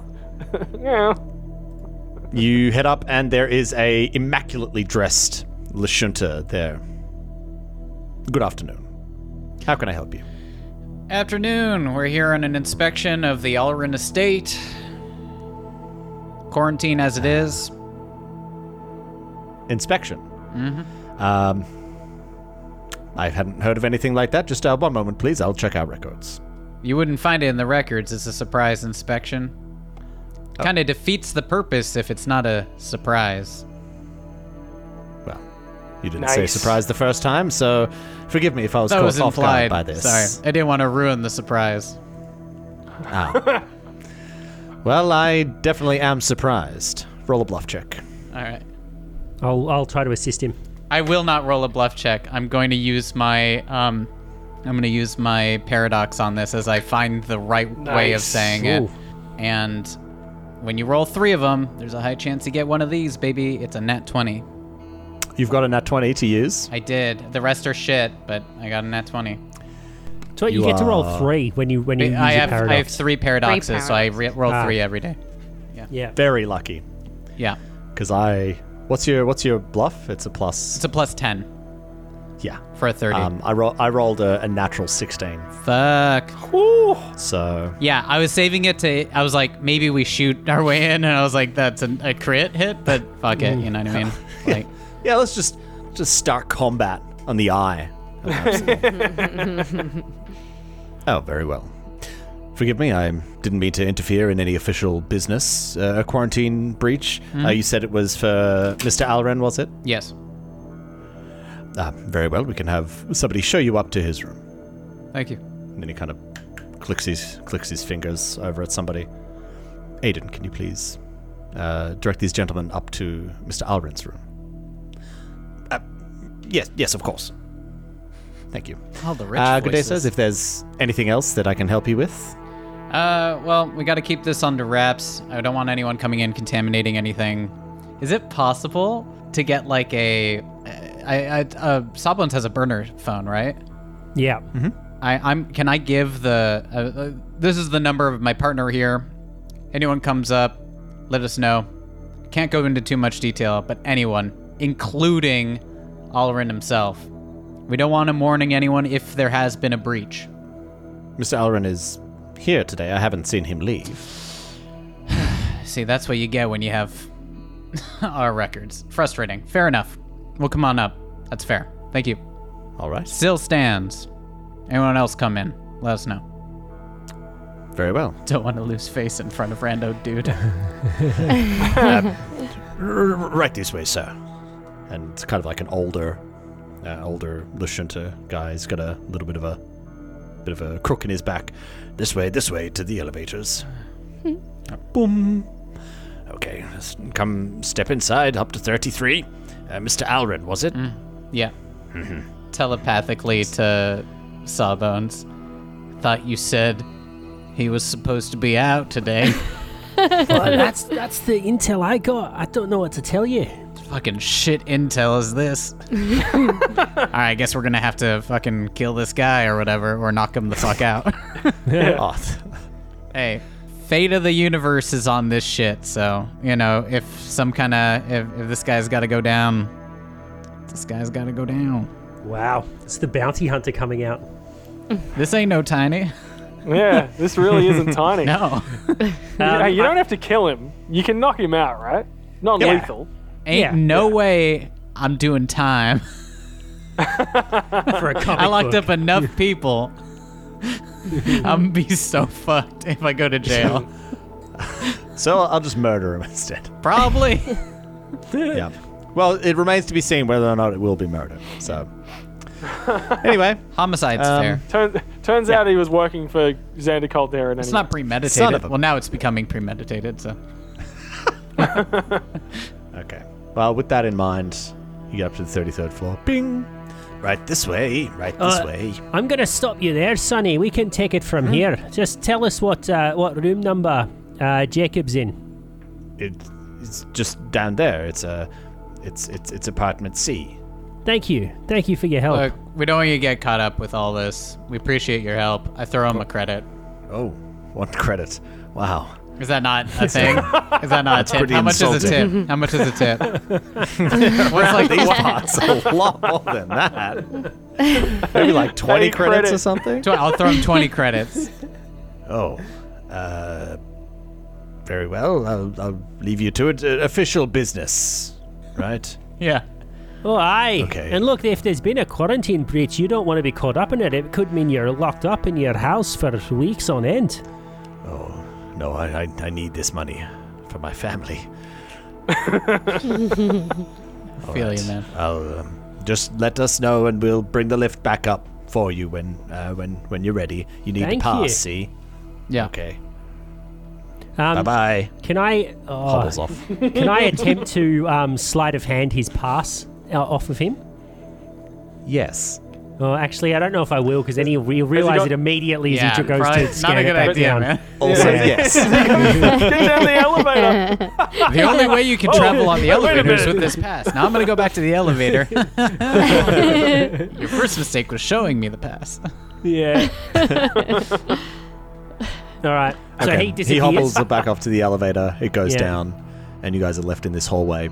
E: yeah.
B: You head up, and there is a immaculately dressed Lashunta there. Good afternoon. How can I help you?
C: Afternoon. We're here on an inspection of the Alrin estate. Quarantine as it is.
B: Inspection. Mm-hmm. Um, I hadn't heard of anything like that. Just uh, one moment, please. I'll check our records.
C: You wouldn't find it in the records. It's a surprise inspection.
B: Oh.
C: Kind of defeats the purpose if it's not a surprise.
B: Well, you didn't say
E: Nice.
B: surprise the first time, so forgive me if I was
C: That
B: caught
C: was
B: off guard
C: implied.
B: by this.
C: Sorry, I didn't want to ruin the surprise.
B: Ah. well, I definitely am surprised. Roll a bluff check.
C: All right.
F: I'll, I'll try to assist him.
C: I will not roll a bluff check. I'm going to use my um, I'm going to use my paradox on this as I find the right way of
E: Nice.
C: saying
F: Ooh.
C: it. And when you roll three of them, there's a high chance you get one of these, baby. It's a nat twenty.
B: You've got a nat 20 to use.
C: I did. The rest are shit, but I got a nat twenty.
F: So you,
B: You
F: get to roll
B: are-
F: three when you when you use
C: I
F: your
C: have
F: paradox.
C: I have three paradoxes, so I re-
H: paradoxes.
C: roll
F: Ah.
C: three every day.
F: Yeah.
B: Very lucky,
C: Yeah,
B: because I. What's your What's your bluff? It's a plus.
C: it's a plus ten
B: yeah.
C: for a thirty.
B: Um, I roll. I rolled a, a natural 16.
C: Fuck.
E: Ooh.
B: So
C: Yeah, I was saving it to. I was like, maybe we shoot our way in, and I was like, that's a, a crit hit, but fuck it, you know what I mean? Like,
B: yeah, let's just just start combat on the eye. oh, very well. Forgive me, I didn't mean to interfere in any official business. Uh, a quarantine breach. Uh, you said it was for Mr. Alren, was it?
C: yes,
B: Ah, very well. We can have somebody show you up to his room.
C: thank you.
B: And then he kind of clicks his clicks his fingers over at somebody. Aiden, can you please uh, direct these gentlemen up to Mr. Alrin's room? Uh, yes, yes, of course. Thank you.
C: All the rich
B: Uh, good day,
C: voices.
B: sirs. If there's anything else that I can help you with,
C: Uh, well, we got to keep this under wraps. I don't want anyone coming in contaminating anything. Is it possible to get like a? I, I uh, Sawbones has a burner phone, right?
F: Yeah.
C: I, I'm. Can I give the? Uh, uh, this is the number of my partner here. Anyone comes up, let us know. Can't go into too much detail, but anyone, including Alrin himself. We don't want him warning anyone if there has been a breach.
B: Mr. Alrin is here today. I haven't seen him leave.
C: See, that's what you get when you have our records. Frustrating. Fair enough. Well, come on up. That's fair. Thank you.
B: All right.
C: Still stands. Anyone else come in? Let us know.
B: Very well.
C: Don't want to lose face in front of rando dude.
B: R- r- right this way, sir. And it's kind of like an older, uh, older Lushunta guy. He's got a little bit of a, bit of a crook in his back. This way, this way to the elevators. Boom. Okay, let's come step inside up to thirty-three. Uh, Mr. Alren, was it?
C: Yeah. Telepathically to Sawbones. Thought you said he was supposed to be out today.
F: that's that's the intel I got. I don't know what to tell you.
C: fucking shit intel is this? All right, I guess we're gonna have to fucking
B: Ah,
C: kill this guy or whatever, or knock him the fuck out.
B: Oh, th-
C: hey, fate of the universe is on this shit. So you know, if some kind of if, if this guy's got to go down, this guy's got to go down.
F: Wow, it's the bounty hunter coming out.
C: This ain't no tiny.
E: Yeah, this really isn't tiny.
C: No,
E: Hey, you
F: Um,
E: don't have to kill him. You can knock him out, right? Non-lethal.
C: ain't
F: Yeah.
C: no way. I'm doing time.
F: for a comic
C: I locked
F: book.
C: up enough people. I'm gonna be so fucked if I go to jail.
B: So I'll just murder him instead.
C: Probably.
B: Yeah. Well, it remains to be seen whether or not it will be murder. So, anyway, um,
C: Homicide's fair.
E: Turns turns out he was working for Xander Caldera.
C: It's not
B: Son of
C: premeditated.
B: a-
C: Well, now it's becoming premeditated. So
B: okay. Well, with that in mind, you get up to the 33rd floor. Bing.
G: Right this way, right this
F: Uh,
G: way.
F: I'm gonna stop you there, Sonny. We can take it
C: Hmm.
F: from here. Just tell us what uh, what room number uh, Jacob's in.
B: It, it's just down there. It's a, it's it's it's apartment C.
F: Thank you, thank you for your
B: Oh.
F: help.
C: look, we don't want you to get caught up with all this. We appreciate your help. I throw him a credit.
B: Oh, one credit. Wow.
C: Is that not a thing? Is that not a tip?
B: pretty
C: How much is a
B: insulting.
C: tip? How much is a tip? What's like
B: That's a lot more than that. Maybe like 20
E: Hey,
B: credits
E: credit.
B: or something.
C: tw- I'll throw him twenty credits.
B: Oh, uh, very well. I'll, I'll leave you to it. Uh, official business, right?
C: Yeah.
F: oh, aye.
B: Okay.
F: And look, if there's been a quarantine breach, you don't want to be caught up in it. It could mean you're locked up in your house for weeks on end.
B: Oh, no, I, I, I need this money for my family. All
C: Feel you, man.
B: I'll um, just let us know, and we'll bring the lift back up for you when uh, when when you're ready. You need
F: Thank
B: to pass.
F: you.
B: See?
C: Yeah.
B: Okay. bye
F: Um,
B: bye.
F: can I? oh,
B: Hobbles off.
F: can I attempt to um, sleight of hand his pass uh, off of him?
B: Yes.
F: Oh, actually, I don't know if I will because then he'll re- realize
E: got-
F: it immediately
C: Yeah,
F: as he goes
C: probably
F: to
C: not
F: scan
C: a
F: it
C: good
F: back
C: idea,
F: down.
C: man.
B: Also,
E: Yeah.
B: yes.
E: Get down the elevator.
C: The only way you can travel on the
E: Oh, wait a
C: elevator is with
E: minute.
C: this pass. Now I'm gonna go back to the elevator. Your first mistake was showing me the pass.
F: Yeah. All right. So
B: Okay.
F: he
B: he
F: disappears.
B: hobbles back off to the elevator. It goes
F: Yeah.
B: down, and you guys are left in this hallway,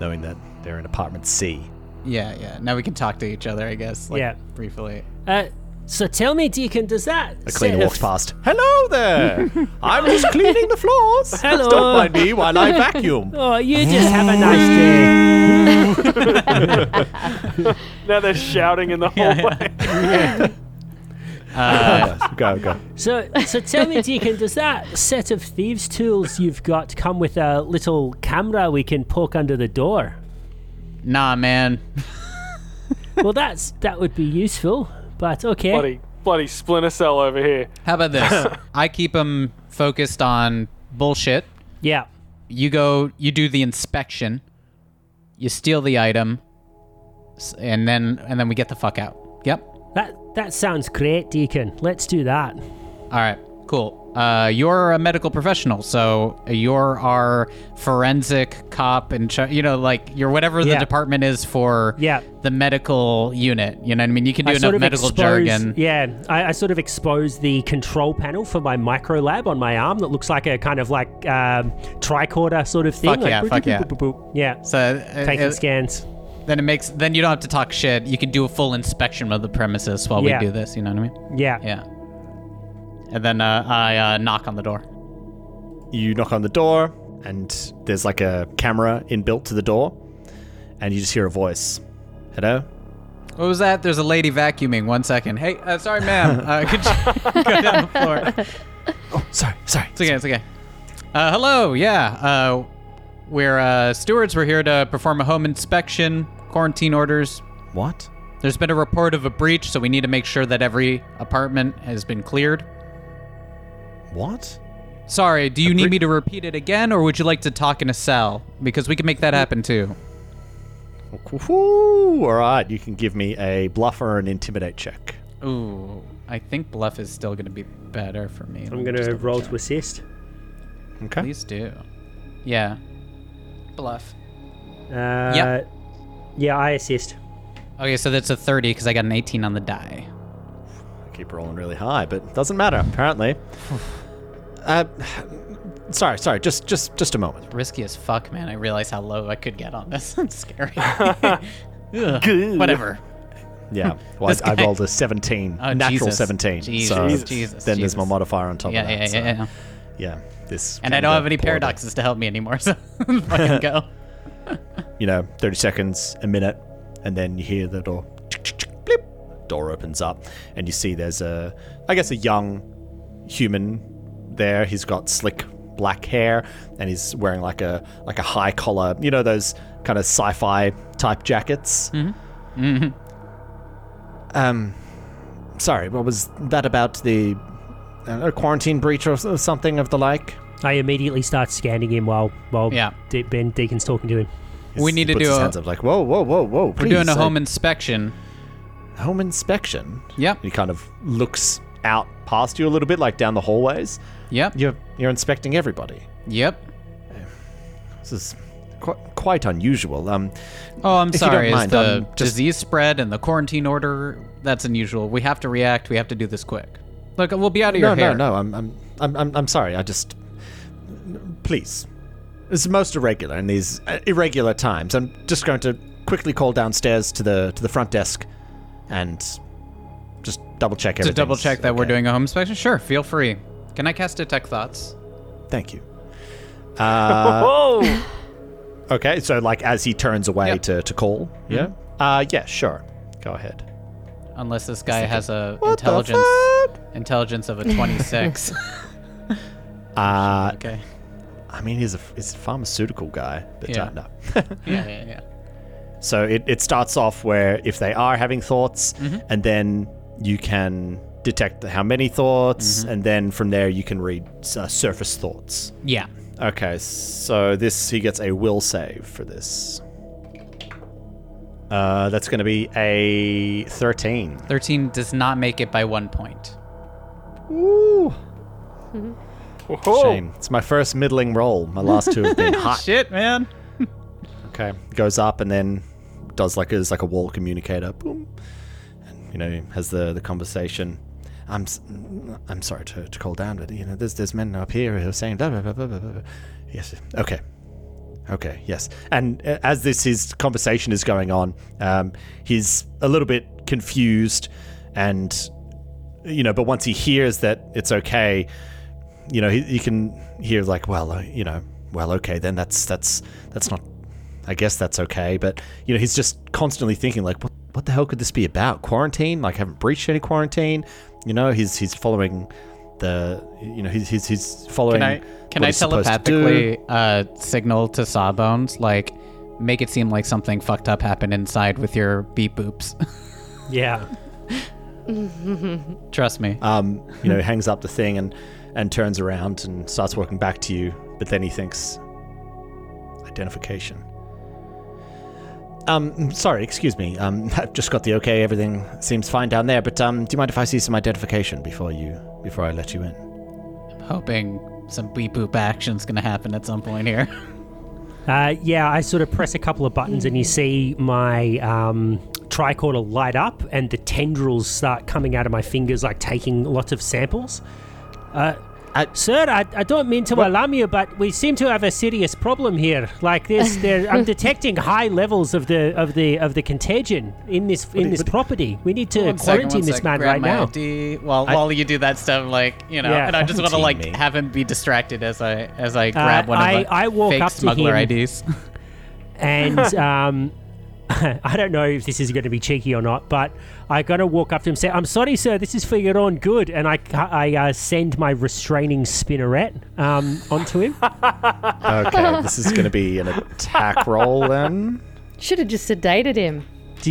B: knowing that they're in apartment C.
C: Yeah, yeah. Now we can talk to each other, I guess. Like,
F: Yeah.
C: Briefly.
F: Uh, so tell me, Deacon, does that
B: A cleaner
F: set
B: walks
F: of-
B: past. Hello there. I'm just cleaning the floors.
F: Hello.
B: Don't mind me while I vacuum.
F: Oh, you just have a nice day.
E: now they're shouting in the hallway.
C: Uh,
B: go go.
F: So, so tell me, Deacon, does that set of thieves' tools you've got come with a little camera we can poke under the door?
C: nah, man.
F: Well, that's that would be useful. But okay.
E: bloody, bloody splinter cell over here.
C: How about this? I keep him focused on bullshit.
F: Yeah.
C: You go, you do the inspection, you steal the item, s- and then and then we get the fuck out. Yep.
F: That that sounds great, Deacon. Let's do that.
C: All right, cool. Uh, you're a medical professional, so you're our forensic cop, and ch- you know, like you're whatever the
F: Yeah.
C: department is for
F: Yeah.
C: the medical unit. You know what I mean? You can do
F: I
C: enough medical
F: expose-
C: jargon.
F: Yeah, I, I sort of exposed the control panel for my micro lab on my arm that looks like a kind of like um, tricorder sort of thing.
C: Fuck
F: like,
C: yeah,
F: boop,
C: fuck
F: boop,
C: yeah.
F: boop, boop, boop. Yeah,
C: So uh,
F: taking
C: uh,
F: scans.
C: then it makes then you don't have to talk shit. You can do a full inspection of the premises while
F: Yeah.
C: we do this. You know what I mean?
F: Yeah.
C: Yeah. And then uh, I uh, knock on the door.
B: You knock on the door, and there's like a camera inbuilt to the door, and you just hear a voice. Hello.
C: What was that? There's a lady vacuuming. One second. Hey, uh, sorry, ma'am. Uh, could you go down the floor?
B: Oh, Sorry, sorry.
C: It's okay. It's okay. Uh, hello. Yeah. Uh, we're uh, stewards. We're here to perform a home inspection, quarantine orders.
B: What?
C: There's been a report of a breach, so we need to make sure that every apartment has been cleared.
B: What?
C: Sorry, do you need me to repeat it again, or would you like to talk in a cell? Because we can make
F: Mm.
C: that happen too.
B: Woo, all right, you can give me a bluff or an intimidate check.
C: Ooh, I think bluff is still going to be better for me.
F: I'm gonna roll to assist.
B: Okay.
C: Please do. Yeah. Bluff.
F: Uh,
C: Yep.
F: Yeah, I assist.
C: Okay, so that's a 30 because I got an 18 on the die.
B: I keep rolling really high, but it doesn't matter, apparently. Uh, sorry, sorry. Just, just, just a moment.
C: Risky as fuck, man. I realize how low I could get on this. it's scary. Ugh, Whatever.
B: Yeah. Well, I-
C: This
B: I,
C: guy-
B: rolled a 17,
C: Oh,
B: natural
C: Jesus.
B: 17.
C: Jesus,
B: so
C: Jesus,
B: then there's my
C: Jesus.
B: modifier on top
C: Yeah,
B: of that.
C: yeah,
B: so,
C: yeah, yeah.
B: yeah. This
C: And I
B: kinda
C: don't have any
B: poorly.
C: paradoxes to help me anymore, so fucking go.
B: You know, 30 seconds, a minute, and then you hear the door. Blip, door opens up, and you see there's a, I guess, a young human there. He's got slick black hair, and he's wearing like a like a high collar. You know those kind of sci-fi type jackets.
C: Mm-hmm.
B: Um, sorry, what was that about the uh, quarantine breach or s- something of the like?
F: I immediately start scanning him while while
C: Yeah.
F: De- Ben Deacon's talking to him.
C: We
B: He
C: need to
B: puts
C: do
B: his
C: a-
B: hands up like whoa, whoa, whoa, whoa.
C: We're
B: please,
C: doing a
B: I-
C: home inspection.
B: home inspection.
C: Yep.
B: He kind of looks out past you a little bit, like down the hallways.
C: Yep.
B: You're you're inspecting everybody.
C: Yep.
B: This is qu- quite unusual. Um,
C: Oh, I'm
B: If you don't
C: sorry. Is
B: mind,
C: the
B: um, just-
C: disease spread and the quarantine order? That's unusual. We have to react. We have to do this quick. Look, we'll be out of your
B: no,
C: hair.
B: no, no. I'm I'm I'm I'm, I'm sorry. I just please. It's most irregular in these uh, irregular times. I'm just going to quickly call downstairs to the to the front desk, and just double check
C: To
B: everything.
C: double check that we're doing a home inspection. Sure. Feel free. Can I cast detect thoughts?
B: Thank you. Uh,
E: Whoa!
B: Okay, so like as he turns away
C: Yep. Mm-hmm.
B: to, to call, yeah, uh, yeah, sure, go ahead.
C: Unless this guy has a
B: the
C: intelligence intelligence of a 26.
B: Uh,
C: okay.
B: I mean, he's a he's a pharmaceutical guy, but
C: Yeah.
B: uh, no.
C: Yeah, yeah, yeah.
B: So it, it starts off where if they are having thoughts, and then you can detect how many thoughts, and then from there you can read uh, surface thoughts.
C: Yeah.
B: Okay, so this he gets a will save for this. Uh, that's going to be a thirteen.
C: 13 does not make it by 1 point.
B: Ooh,
E: Whoa.
B: shame. It's my first middling roll. My last two have been hot.
C: Shit, man.
B: Okay. Goes up and then does like a, is like a wall communicator. Boom. And you know has the the conversation. I'm s- I'm sorry to, to call down, but you know there's there's men up here who are saying blah blah blah blah blah. blah. blah. Yes. Okay. Okay. Yes. And uh, as this his conversation is going on, um, he's a little bit confused, and you know, but once he hears that it's okay, you know, he, he can hear like, well, uh, you know, well, okay, then that's that's that's not. I guess that's okay, but you know, he's just constantly thinking like, what what the hell could this be about? Quarantine? Like, haven't breached any quarantine? You know, he's he's following the, you know, he's he's, he's following.
C: Can I can
B: what
C: I
B: he's supposed to do.
C: telepathically uh, signal to Sawbones like make it seem like something fucked up happened inside with your beep boops?
F: Yeah.
C: Trust me.
B: um, you know, hangs up the thing and and turns around and starts walking back to you. But then he thinks, identification. Um, sorry, excuse me. Um, I've just got the okay. Everything seems fine down there. But um, do you mind if I see some identification before you before I let you in?
C: I'm hoping some beep boop action's gonna happen at some point here.
F: Uh, yeah, I sort of press a couple of buttons and you see my um, tricorder light up and the tendrils start coming out of my fingers, like taking lots of samples. Uh,
B: I-
F: Sir, I, I don't mean to alarm you, but we seem to have a serious problem here. Like this, there, I'm detecting high levels of the of the of the contagion in this in this property. We need to
C: One second,
F: quarantine
C: one
F: this
C: second.
F: man
C: Grab
F: right
C: my
F: now.
C: ID. While while you do that stuff, like you know,
F: Yeah. Uh,
C: and I just want to like
B: Quarantine me.
C: have him be distracted as I as I grab one
F: I-
C: of the
F: I walk
C: fake
F: up to
C: smuggler
F: him.
C: IDs.
F: and um, I don't know if this is going to be cheeky or not, but I got to walk up to him and say, "I'm sorry, sir. This is for your own good." And I, ca- I uh, send my restraining spinneret um, onto him.
B: Okay, this is going to be an attack roll then.
D: Should have just sedated him.
F: Do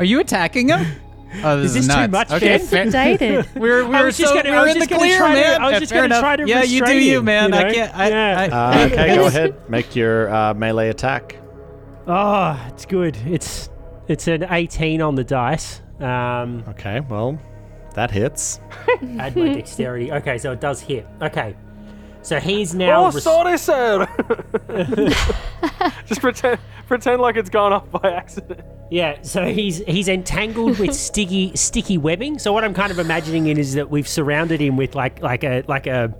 C: Are you attacking him? Oh, this is,
F: this too
C: nuts.
F: much,
C: okay,
F: Ben?
C: fair-
D: Sedated.
C: We're, we're
F: I was
C: so,
F: just gonna- I
C: we're
F: was
C: in the
F: just gonna
C: clear,
F: try to-
C: man.
F: I was
C: Yeah,
F: just
C: fair
F: gonna try to
C: enough. Yeah, you do
F: restrain
C: you,
F: him,
C: man.
F: you
C: I
F: know?
C: can't. I,
F: Yeah.
C: I,
B: Uh, okay, go ahead. Make your uh, melee attack.
F: oh, it's good. It's it's an 18 on the dice. Um,
B: Okay, well, that hits.
F: add my dexterity. Okay, so it does hit. Okay, so he's now.
E: Oh,
F: rest-
E: sorry, sir. Just pretend, pretend like it's gone off by accident.
F: Yeah, so he's he's entangled with sticky sticky webbing. So what I'm kind of imagining in is that we've surrounded him with like like a like a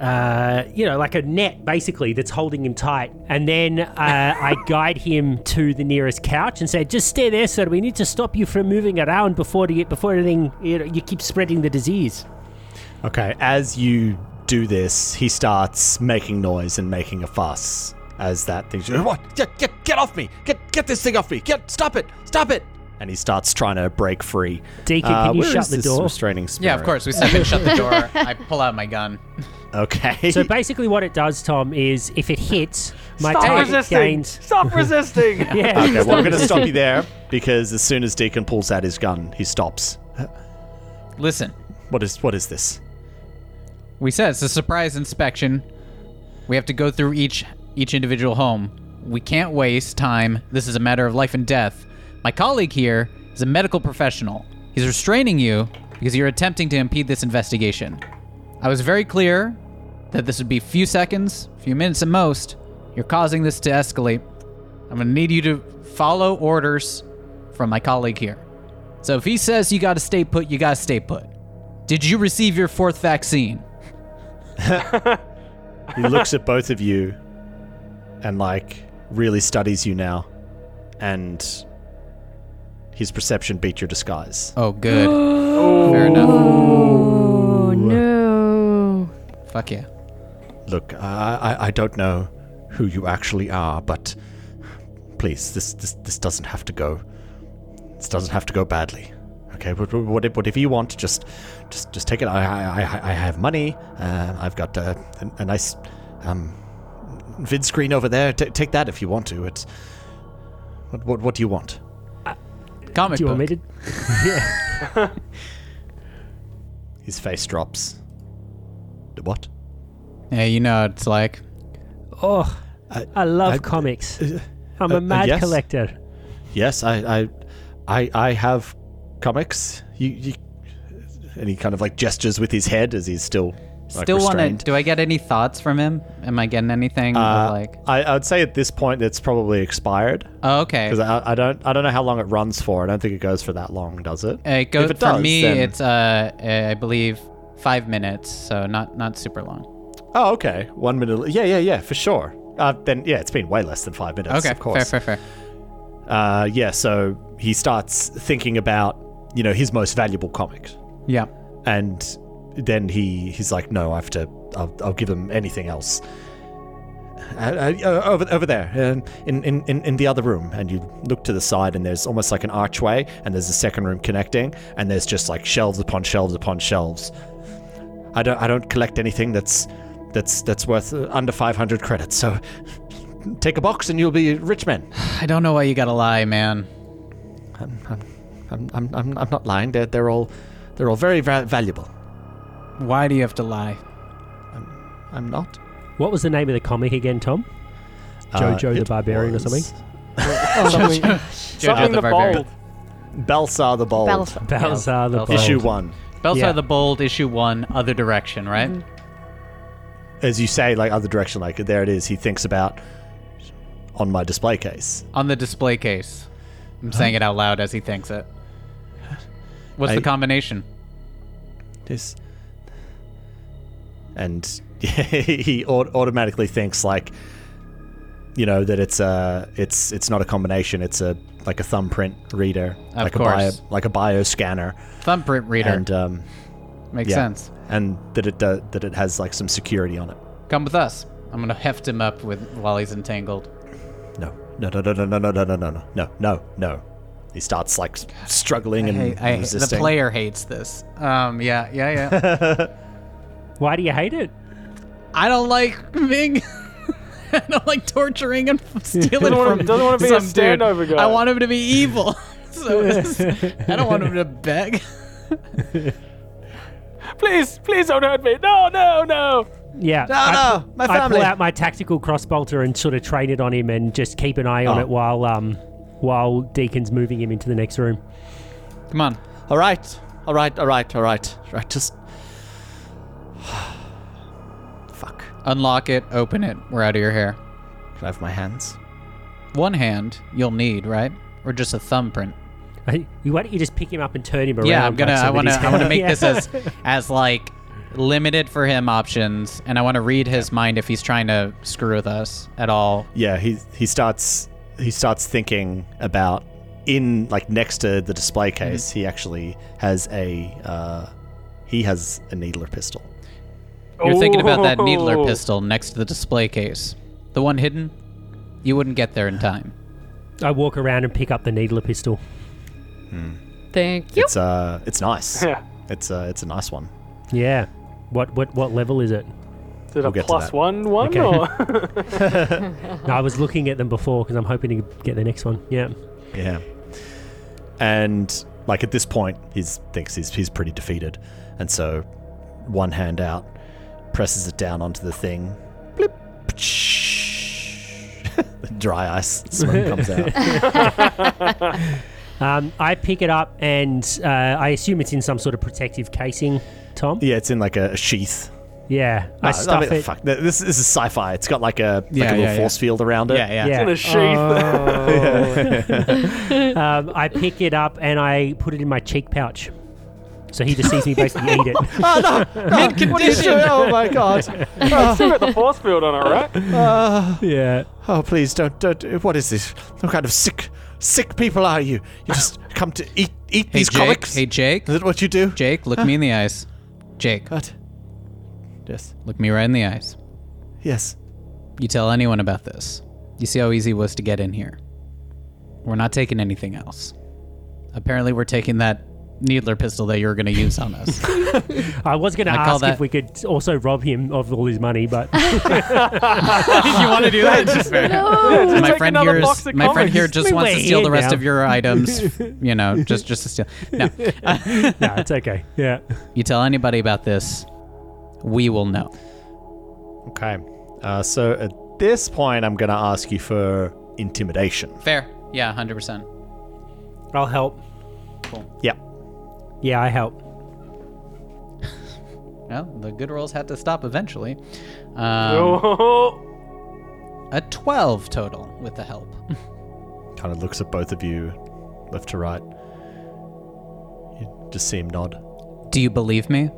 F: uh, you know like a net basically that's holding him tight. And then uh, I guide him to the nearest couch and say, "Just stay there, sir. We need to stop you from moving around before the, before anything you, know, you keep spreading the disease."
B: Okay, as you do this, he starts making noise and making a fuss as that thing. What? Get, get, get off me! Get, get this thing off me! Get, stop it! Stop it! And he starts trying to break free. Uh,
F: Deacon, can you
B: where
F: shut
B: is
F: the
B: this
F: door?
B: Restraining
C: Yeah, of
B: spirit?
C: course. We step in, shut the door. I pull out my gun.
B: Okay.
F: So basically, what it does, Tom, is if it hits, my
E: Stop
F: target
E: resisting!
F: gains.
E: Stop resisting!
F: Yeah.
B: okay, well, I'm going to stop you there because as soon as Deacon pulls out his gun, he stops.
C: Listen,
B: What is what is this?
C: we said it's a surprise inspection. We have to go through each each individual home. We can't waste time. This is a matter of life and death. My colleague here is a medical professional. He's restraining you because you're attempting to impede this investigation. I was very clear that this would be few seconds, few minutes at most. You're causing this to escalate. I'm going to need you to follow orders from my colleague here. So if he says you got to stay put, you got to stay put. Did you receive your fourth vaccine?
B: He looks at both of you and like really studies you now and his perception beat your disguise.
C: Oh, good. Fair enough.
D: Oh no.
C: Fuck yeah.
B: Look, I, I, I don't know who you actually are, but please, this, this, this doesn't have to go. This doesn't have to go badly. Okay, what, what, whatever you want, just, just, just take it. I, I, I, I have money. Uh, I've got uh, a, a nice um, vid screen over there. Ta take that if you want to. It's what, what, what do you want?
C: Comic
F: Do you
C: book.
F: want me to?
B: His face drops. The What?
C: Yeah, you know what it's like.
F: Oh, I love
B: I-
F: comics. I'm
B: uh,
F: a mad
B: yes?
F: collector.
B: Yes, I, I, I, I have comics. You, you, and he kind of like gestures with his head as he's still like,
C: Still want to?
B: restrained.
C: Do I get any thoughts from him? Am I getting anything of
B: Uh,
C: like?
B: I, I would say at this point that's probably expired
C: Oh, okay.
B: because I, I don't I don't know how long it runs for. I don't think it goes for that long, does it?
C: Uh, it goes
B: if it
C: for
B: does,
C: me.
B: then-
C: It's uh, uh, I believe five minutes, so not not super long.
B: Oh, okay, one minute. Yeah, yeah, yeah, for sure. Uh, then yeah, it's been way less than five minutes.
C: okay,
B: of course.
C: fair, fair, fair.
B: Uh, yeah, so he starts thinking about you know his most valuable comics.
C: Yeah.
B: and then he he's like, "No, I have to. I'll, I'll give him anything else." Uh, uh, uh, over over there, um, in, in in in the other room, and you look to the side, and there's almost like an archway, and there's a second room connecting, and there's just like shelves upon shelves upon shelves. I don't I don't collect anything that's that's that's worth uh, under 500 credits. So take a box, and you'll be a rich man.
C: I don't know why you gotta lie, man.
B: I'm I'm I'm, I'm not lying. They're they're all they're all very va- valuable.
C: Why do you have to lie?
B: I'm not.
F: What was the name of the comic again, Tom? Jojo the
B: Uh, it
F: Barbarian or something?
B: was
E: something something the bold.
B: Balsar the Bold.
D: Balthazar.
F: Balzar the
C: Balthazar.
F: Bold.
B: Issue one.
C: Belsar
F: Yeah. Mm-hmm.
C: the Bold, issue one, other direction, right?
B: As you say, like other direction, like there it is. He thinks about on my display case.
C: On the display case. I'm saying it out loud as he thinks it. What's the
B: I-
C: combination?
B: This. And he au- automatically thinks like, you know, that it's a, it's it's not a combination. It's a like a thumbprint reader, like a bio,
C: course.
B: like a bio scanner,
C: Thumbprint reader.
B: and um,
C: Makes
E: uh,
B: yeah.
C: sense.
B: and that it do, that it has like some security on it.
C: Come with us. I'm gonna heft him up with while he's entangled.
B: No, no, no, no, no, no, no, no, no, no, no, no, no. He starts like s- struggling
E: Mm,
B: and
C: Hey, I, the
B: resisting.
C: player hates this. Um, yeah, yeah, yeah.
F: Why do you hate it?
C: I don't like being. I don't like torturing and stealing
E: Doesn't wanna-
C: from.
E: doesn't wanna be a
C: some dude.
E: standover guy.
C: I want him to be evil. so it's- I don't want him to beg.
E: Please, please don't hurt me. No, no, no.
F: Yeah. No,
B: no, my
F: I pull
B: family.
F: out my tactical crossbolter and sort of train it on him and just keep an eye on
B: Oh.
F: it while um while Deacon's moving him into the next room.
C: Come on.
B: All right, all right, all right, all right, all right. Just fuck.
C: Unlock it. Open it. We're out of your hair.
B: Can I have my hands?
C: One hand you'll need, right? or just a thumbprint?
F: Why don't you just pick him up and turn him around?
C: yeah, I'm gonna.
F: like
C: I want to.
F: somebody's-
C: I want to make
F: Yeah.
C: this as as like limited for him options, and I want to read his mind if he's trying to screw with us at all.
B: yeah he he starts he starts thinking about in like next to the display
C: Mm-hmm.
B: case he actually has a uh, he has a needler pistol
C: You're thinking about that needler
E: Oh.
C: pistol next to the display case, the one hidden. You wouldn't get there in time.
F: I walk around and pick up the needler pistol.
D: Thank you.
B: it's uh it's nice
E: Yeah.
B: it's uh it's a nice one
F: Yeah. What what what level is it?
E: Is it
B: We'll
E: a
B: get to
E: plus
B: that.
E: one one
F: Okay.
E: or
F: No, I was looking at them before because I'm hoping to get the next one. Yeah.
B: yeah and like at this point he's thinks he's he's pretty defeated and so one hand out presses it down onto the thing blip dry ice smoke comes out
F: Um, I pick it up and uh, I assume it's in some sort of protective casing. Tom.
B: yeah it's in like a, a sheath
F: Yeah. I
B: No,
F: stuff
B: mean,
F: it.
B: Fuck, th- this, this is sci-fi. It's got like a, like
C: Yeah,
B: a little
C: yeah,
B: force field around it.
C: yeah.
F: Yeah.
E: in a sheath?
F: um, I pick it up and I put it in my cheek pouch. So he just sees me basically eat it.
B: What is it? Oh my god!
E: Still got the force field on it, right?
F: Yeah.
B: Oh please don't don't. What is this? What kind of sick sick people are you? You just come to eat eat
C: Hey
B: these
C: Jake.
B: comics?
C: Hey Jake.
B: Is that what you do?
C: Jake, look me in the eyes. Jake,
B: What? Yes.
C: look me right in the eyes.
B: Yes.
C: You tell anyone about this. You see how easy it was to get in here. We're not taking anything else. Apparently, we're taking that needler pistol that you were going to use on us.
F: I was going to
C: I call
F: ask if
C: that-
F: we could also rob him of all his money, but
C: if you want to do that, just
D: Oh
E: Just
C: my
E: take
C: friend
E: another
C: here
E: box
C: is,
E: of
C: my friend
E: comics.
C: here just
F: Wait,
C: wants to
F: wait,
C: steal
F: here
C: the rest
F: now.
C: of your items. You know, just just to steal. No,
F: no, it's okay. Yeah.
C: you tell anybody about this, we will know.
B: Okay. Uh, so at this point, I'm gonna ask you for intimidation.
C: Fair. Yeah, hundred percent.
F: I'll help.
B: Yep.
F: Yeah, I help.
C: Well, the good rolls had to stop eventually. Um,
E: Oh,
C: A twelve total with the help.
B: Kind of looks at both of you, left to right. You just see him nod.
C: Do you believe me?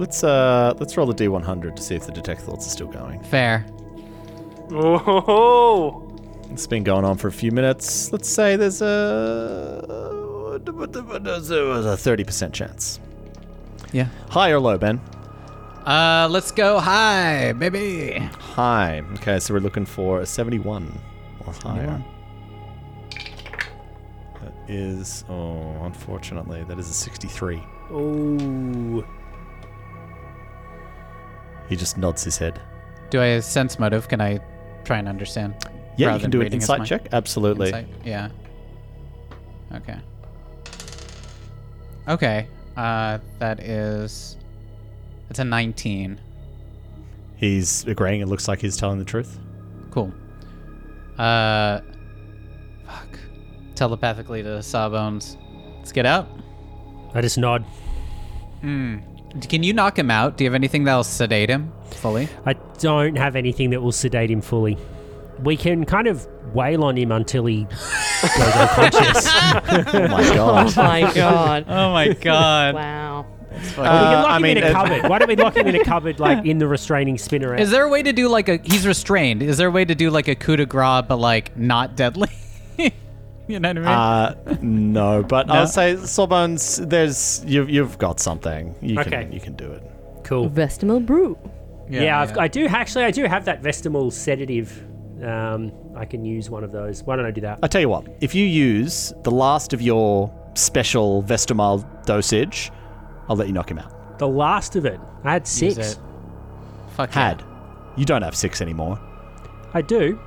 B: Let's uh let's roll the D100 to see if the detect thoughts are still going.
C: Fair.
E: oh,
B: It's been going on for a few minutes. Let's say there's a uh, there's a 30% chance.
C: Yeah.
B: High or low, Ben?
C: Uh, let's go high, baby.
B: High. Okay, so we're looking for a 71 or higher. That is oh, unfortunately, that is a 63.
F: Oh.
B: He just nods his head.
C: Do I sense motive? Can I try and understand?
B: Yeah,
C: rather
B: you can
C: than
B: do an
C: reading his
B: insight
C: mind?
B: check. Absolutely.
C: Insight? Yeah. Okay. Okay. Uh, that is. It's a 19.
B: He's agreeing. It looks like he's telling the truth.
C: Cool. Uh, fuck. Telepathically to Sawbones. Let's get out.
F: I just nod.
C: Can you knock him out? Do you have anything that'll sedate him fully?
F: I don't have anything that will sedate him fully. We can kind of wail on him until he goes unconscious.
B: Oh my god.
D: Oh my god.
C: Oh my god.
D: Wow.
F: Or we
B: Uh,
F: can lock
B: I
F: him
B: mean,
F: in a
B: it-
F: cupboard. Why don't we lock him in a cupboard, like in the restraining spinneret?
C: Is there a way to do like a? He's restrained. Is there a way to do like a coup de grace, but like not deadly? you know what I mean?
B: Uh, no, but I'll say Sawbones. There's you've you've got something. You
F: Okay.
B: can you can do it.
F: cool.
D: Vestimil brew.
F: Yeah, I've, I do actually. I do have that Vestimal sedative. Um, I can use one of those. Why don't I do that?
B: I tell you what. If you use the last of your special Vestamile dosage, I'll let you knock him out.
F: The last of it. I had
C: Use
F: six.
C: it. Fuck yeah.
B: Had you don't have six anymore.
F: I do.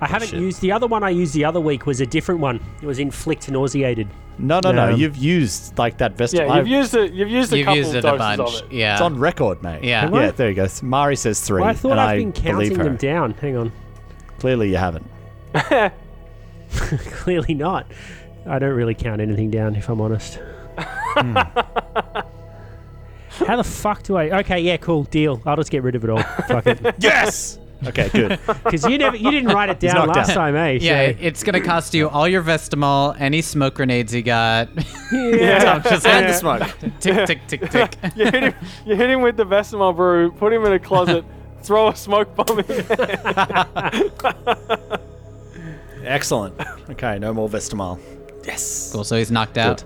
F: I haven't
B: Oh, shit.
F: used the other one. I used the other week was a different one. It was inflict nauseated.
B: No, no, no.
F: Um,
B: You've used like that Vestamile.
E: yeah. You've used it. You've used a
C: You've
E: couple
C: used it a
E: doses
C: bunch.
E: of it.
C: Yeah.
B: It's on record, mate.
C: Yeah. Have
F: I?
B: Yeah. There you go. Mari says three,
F: I thought
B: and
F: I've
B: I
F: been
B: believe
F: counting
B: her.
F: them down. Hang on.
B: Clearly, you haven't.
F: Clearly not. I don't really count anything down if I'm honest. How the fuck do I? Okay, yeah, cool, deal. I'll just get rid of it all. Fuck it.
B: Yes. Okay, good.
F: Because you never, you didn't write it down
B: knocked
F: last
B: out.
F: time, eh?
C: Yeah,
F: So-
C: it- it's gonna cost you all your Vestamol, any smoke grenades you got.
E: Yeah.
C: Just
E: Yeah.
C: add
E: Yeah.
C: the smoke. tick tick tick tick.
E: you, hit him, you hit him with the Vesemol brew, put him in a closet, throw a smoke bomb in there.
B: Excellent.
G: Okay, no more Vestamal.
B: Yes.
C: cool. So he's knocked out.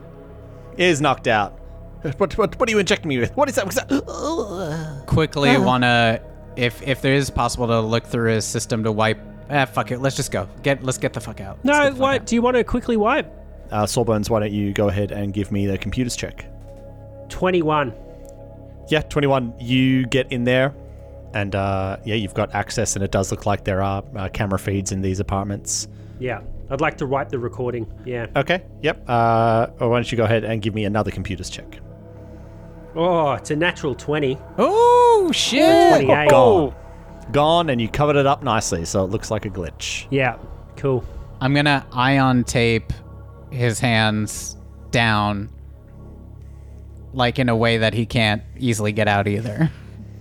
B: Is knocked out. Uh, What, what, what are you injecting me with? What is that? What's that?
C: Quickly wanna, if if there is possible to look through his system to wipe. Ah, fuck it. Let's just go. Get let's get the fuck out. Let's
F: No,
C: get the fuck
F: wipe.
C: out.
F: Do you want to quickly wipe?
B: Uh, Sawbones, why don't you go ahead and give me the computers check?
F: 21.
B: Yeah, 21. You get in there, and uh, yeah, you've got access, and it does look like there are uh, camera feeds in these apartments.
F: Yeah. I'd like to wipe the recording. Yeah.
B: Okay, yep. Uh, why don't you go ahead and give me another computers check?
F: Oh, it's a natural 20.
C: Oh shit!
F: 28.
C: Oh,
B: Gone. Gone, and you covered it up nicely, so it looks like a glitch.
F: Yeah. Cool.
C: I'm gonna ion tape his hands down, like in a way that he can't easily get out either.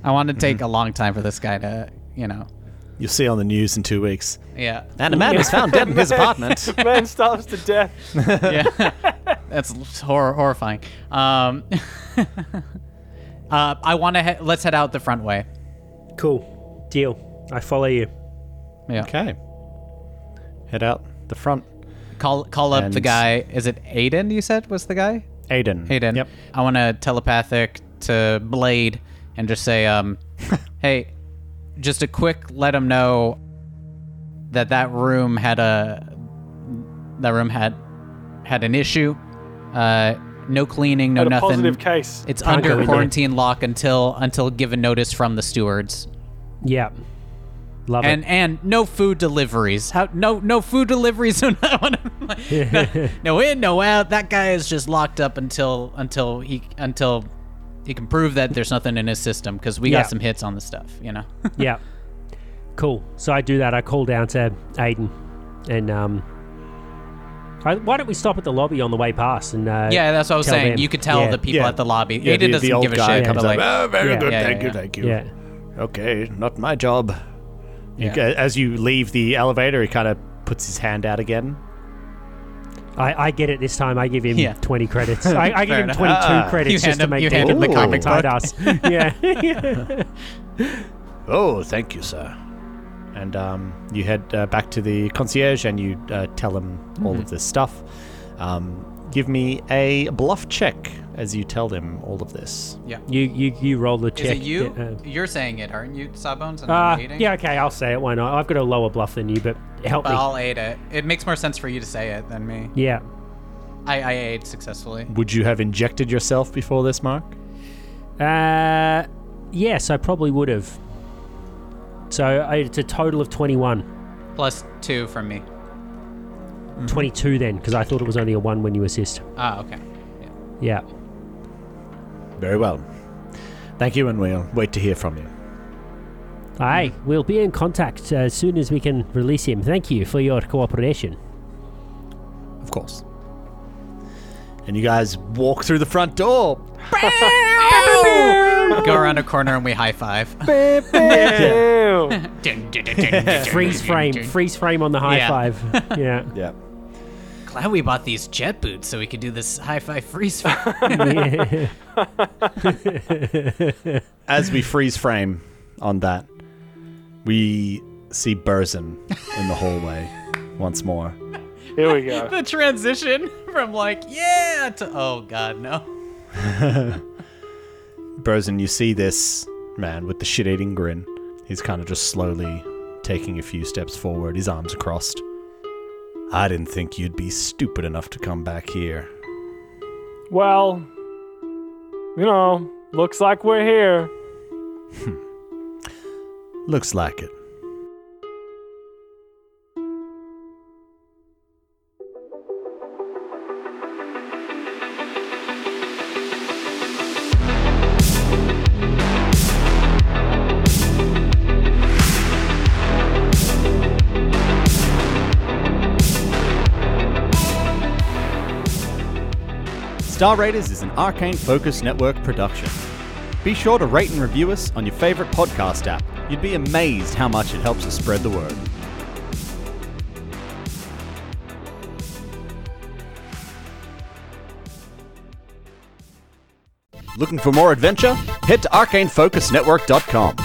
C: I want to take a long time for this guy to, you know,
B: You'll see on the news in two weeks.
C: yeah,
B: And a man was found dead in his apartment.
E: Man starves to death.
C: yeah. That's hor- horrifying. Um, uh, I want to. He- let's head out the front way.
F: Cool. Deal. I follow you.
C: Yeah.
B: Okay. Head out the front.
C: Call call up the
B: And-
C: guy. Is it Aiden? You said was the guy.
B: Aiden.
C: Hayden.
B: Yep.
C: I want to telepathic to Blade and just say, um, hey, just a quick let him know that that room had a that room had had an issue. Uh, no cleaning, no
E: Had a
C: nothing.
E: positive case.
C: It's
F: Can't go in
C: under
F: there.
C: quarantine lock until until given notice from the stewards.
F: Yeah. Love
C: And and no food deliveries. How no no food deliveries. no, no, no in, no out. That guy is just locked up until until he until he can prove that there's nothing in his system because we
F: Yeah.
C: got some hits on the stuff. You know.
F: it. Yeah. Cool. So I do that. I call down to Aiden. And, um, I, why don't we stop at the lobby on the way past? And uh,
C: yeah, that's what I was
F: tell
C: saying.
F: them.
C: You could tell
F: Yeah.
C: the people
B: Yeah.
C: at the lobby.
B: Yeah,
C: Aiden
B: the- the
C: doesn't
B: old
C: give a
B: guy
C: shit.
B: comes
C: but,
B: up,
C: like,
G: Oh, very
F: Yeah.
G: good.
C: Yeah,
G: thank
C: yeah,
G: you,
C: yeah.
G: thank you.
F: Yeah.
G: Okay, not my job.
C: yeah.
B: Uh, As you leave the elevator, he kind of puts his hand out again.
F: I, I get it this time. I give him
C: Yeah.
F: 20 credits. I, I give
C: Fair
F: him
C: enough.
F: 22
G: Ah.
F: credits
C: You
F: just
C: hand
F: to
C: him-
F: make
C: you hand
G: him the
F: Ooh.
G: comic
F: tied us. yeah.
G: Oh, thank you, sir.
B: and um, you head uh, back to the concierge and you uh, tell him all
G: Mm-hmm.
B: of this stuff. Um, give me a bluff check as you tell them all of this.
F: you, you you roll the
C: Is
F: check.
C: it you?
F: Uh,
C: You're saying it, aren't you, Sawbones? And
F: Uh,
C: I'm waiting?
F: yeah, okay, I'll say it. Why not? I've got a lower bluff than you, but help
C: But
F: me.
C: I'll aid it. It makes more sense for you to say it than me.
F: Yeah.
C: I, I aid successfully.
B: Would you have injected yourself before this, Mark?
F: Uh, yes, I probably would have. So I, it's a total of 21.
C: Plus two from me.
F: 22 then, because I thought it was only a 1 when you assist.
C: Ah, okay.
F: Yeah.
G: Very well. Thank you, and we'll wait to hear from you.
F: Aye, we'll be in contact uh, as soon as we can release him. Thank you for your cooperation.
G: Of course. And you guys walk through the front door.
C: Go around a corner and we high five.
E: Ew.
F: freeze frame, freeze frame on the high
C: Yeah.
F: five. Yeah.
G: Yeah.
C: Glad we bought these jet boots so we could do this high five freeze. frame.
F: yeah.
B: As we freeze frame on that, we see Burzin in the hallway once more.
E: Here we go.
C: the transition from like yeah to oh god no.
B: Burzin, you see this man with the shit eating grin. He's kind of just slowly taking a few steps forward, his arms crossed.
G: I didn't think you'd be stupid enough to come back here.
E: Well, you know, looks like we're here.
G: Looks like it.
A: Star Raiders is an Arcane Focus Network production. Be sure to rate and review us on your favorite podcast app.
B: You'd be amazed how much it helps us spread the word. Looking for more adventure? Head to arcanefocusnetwork.com.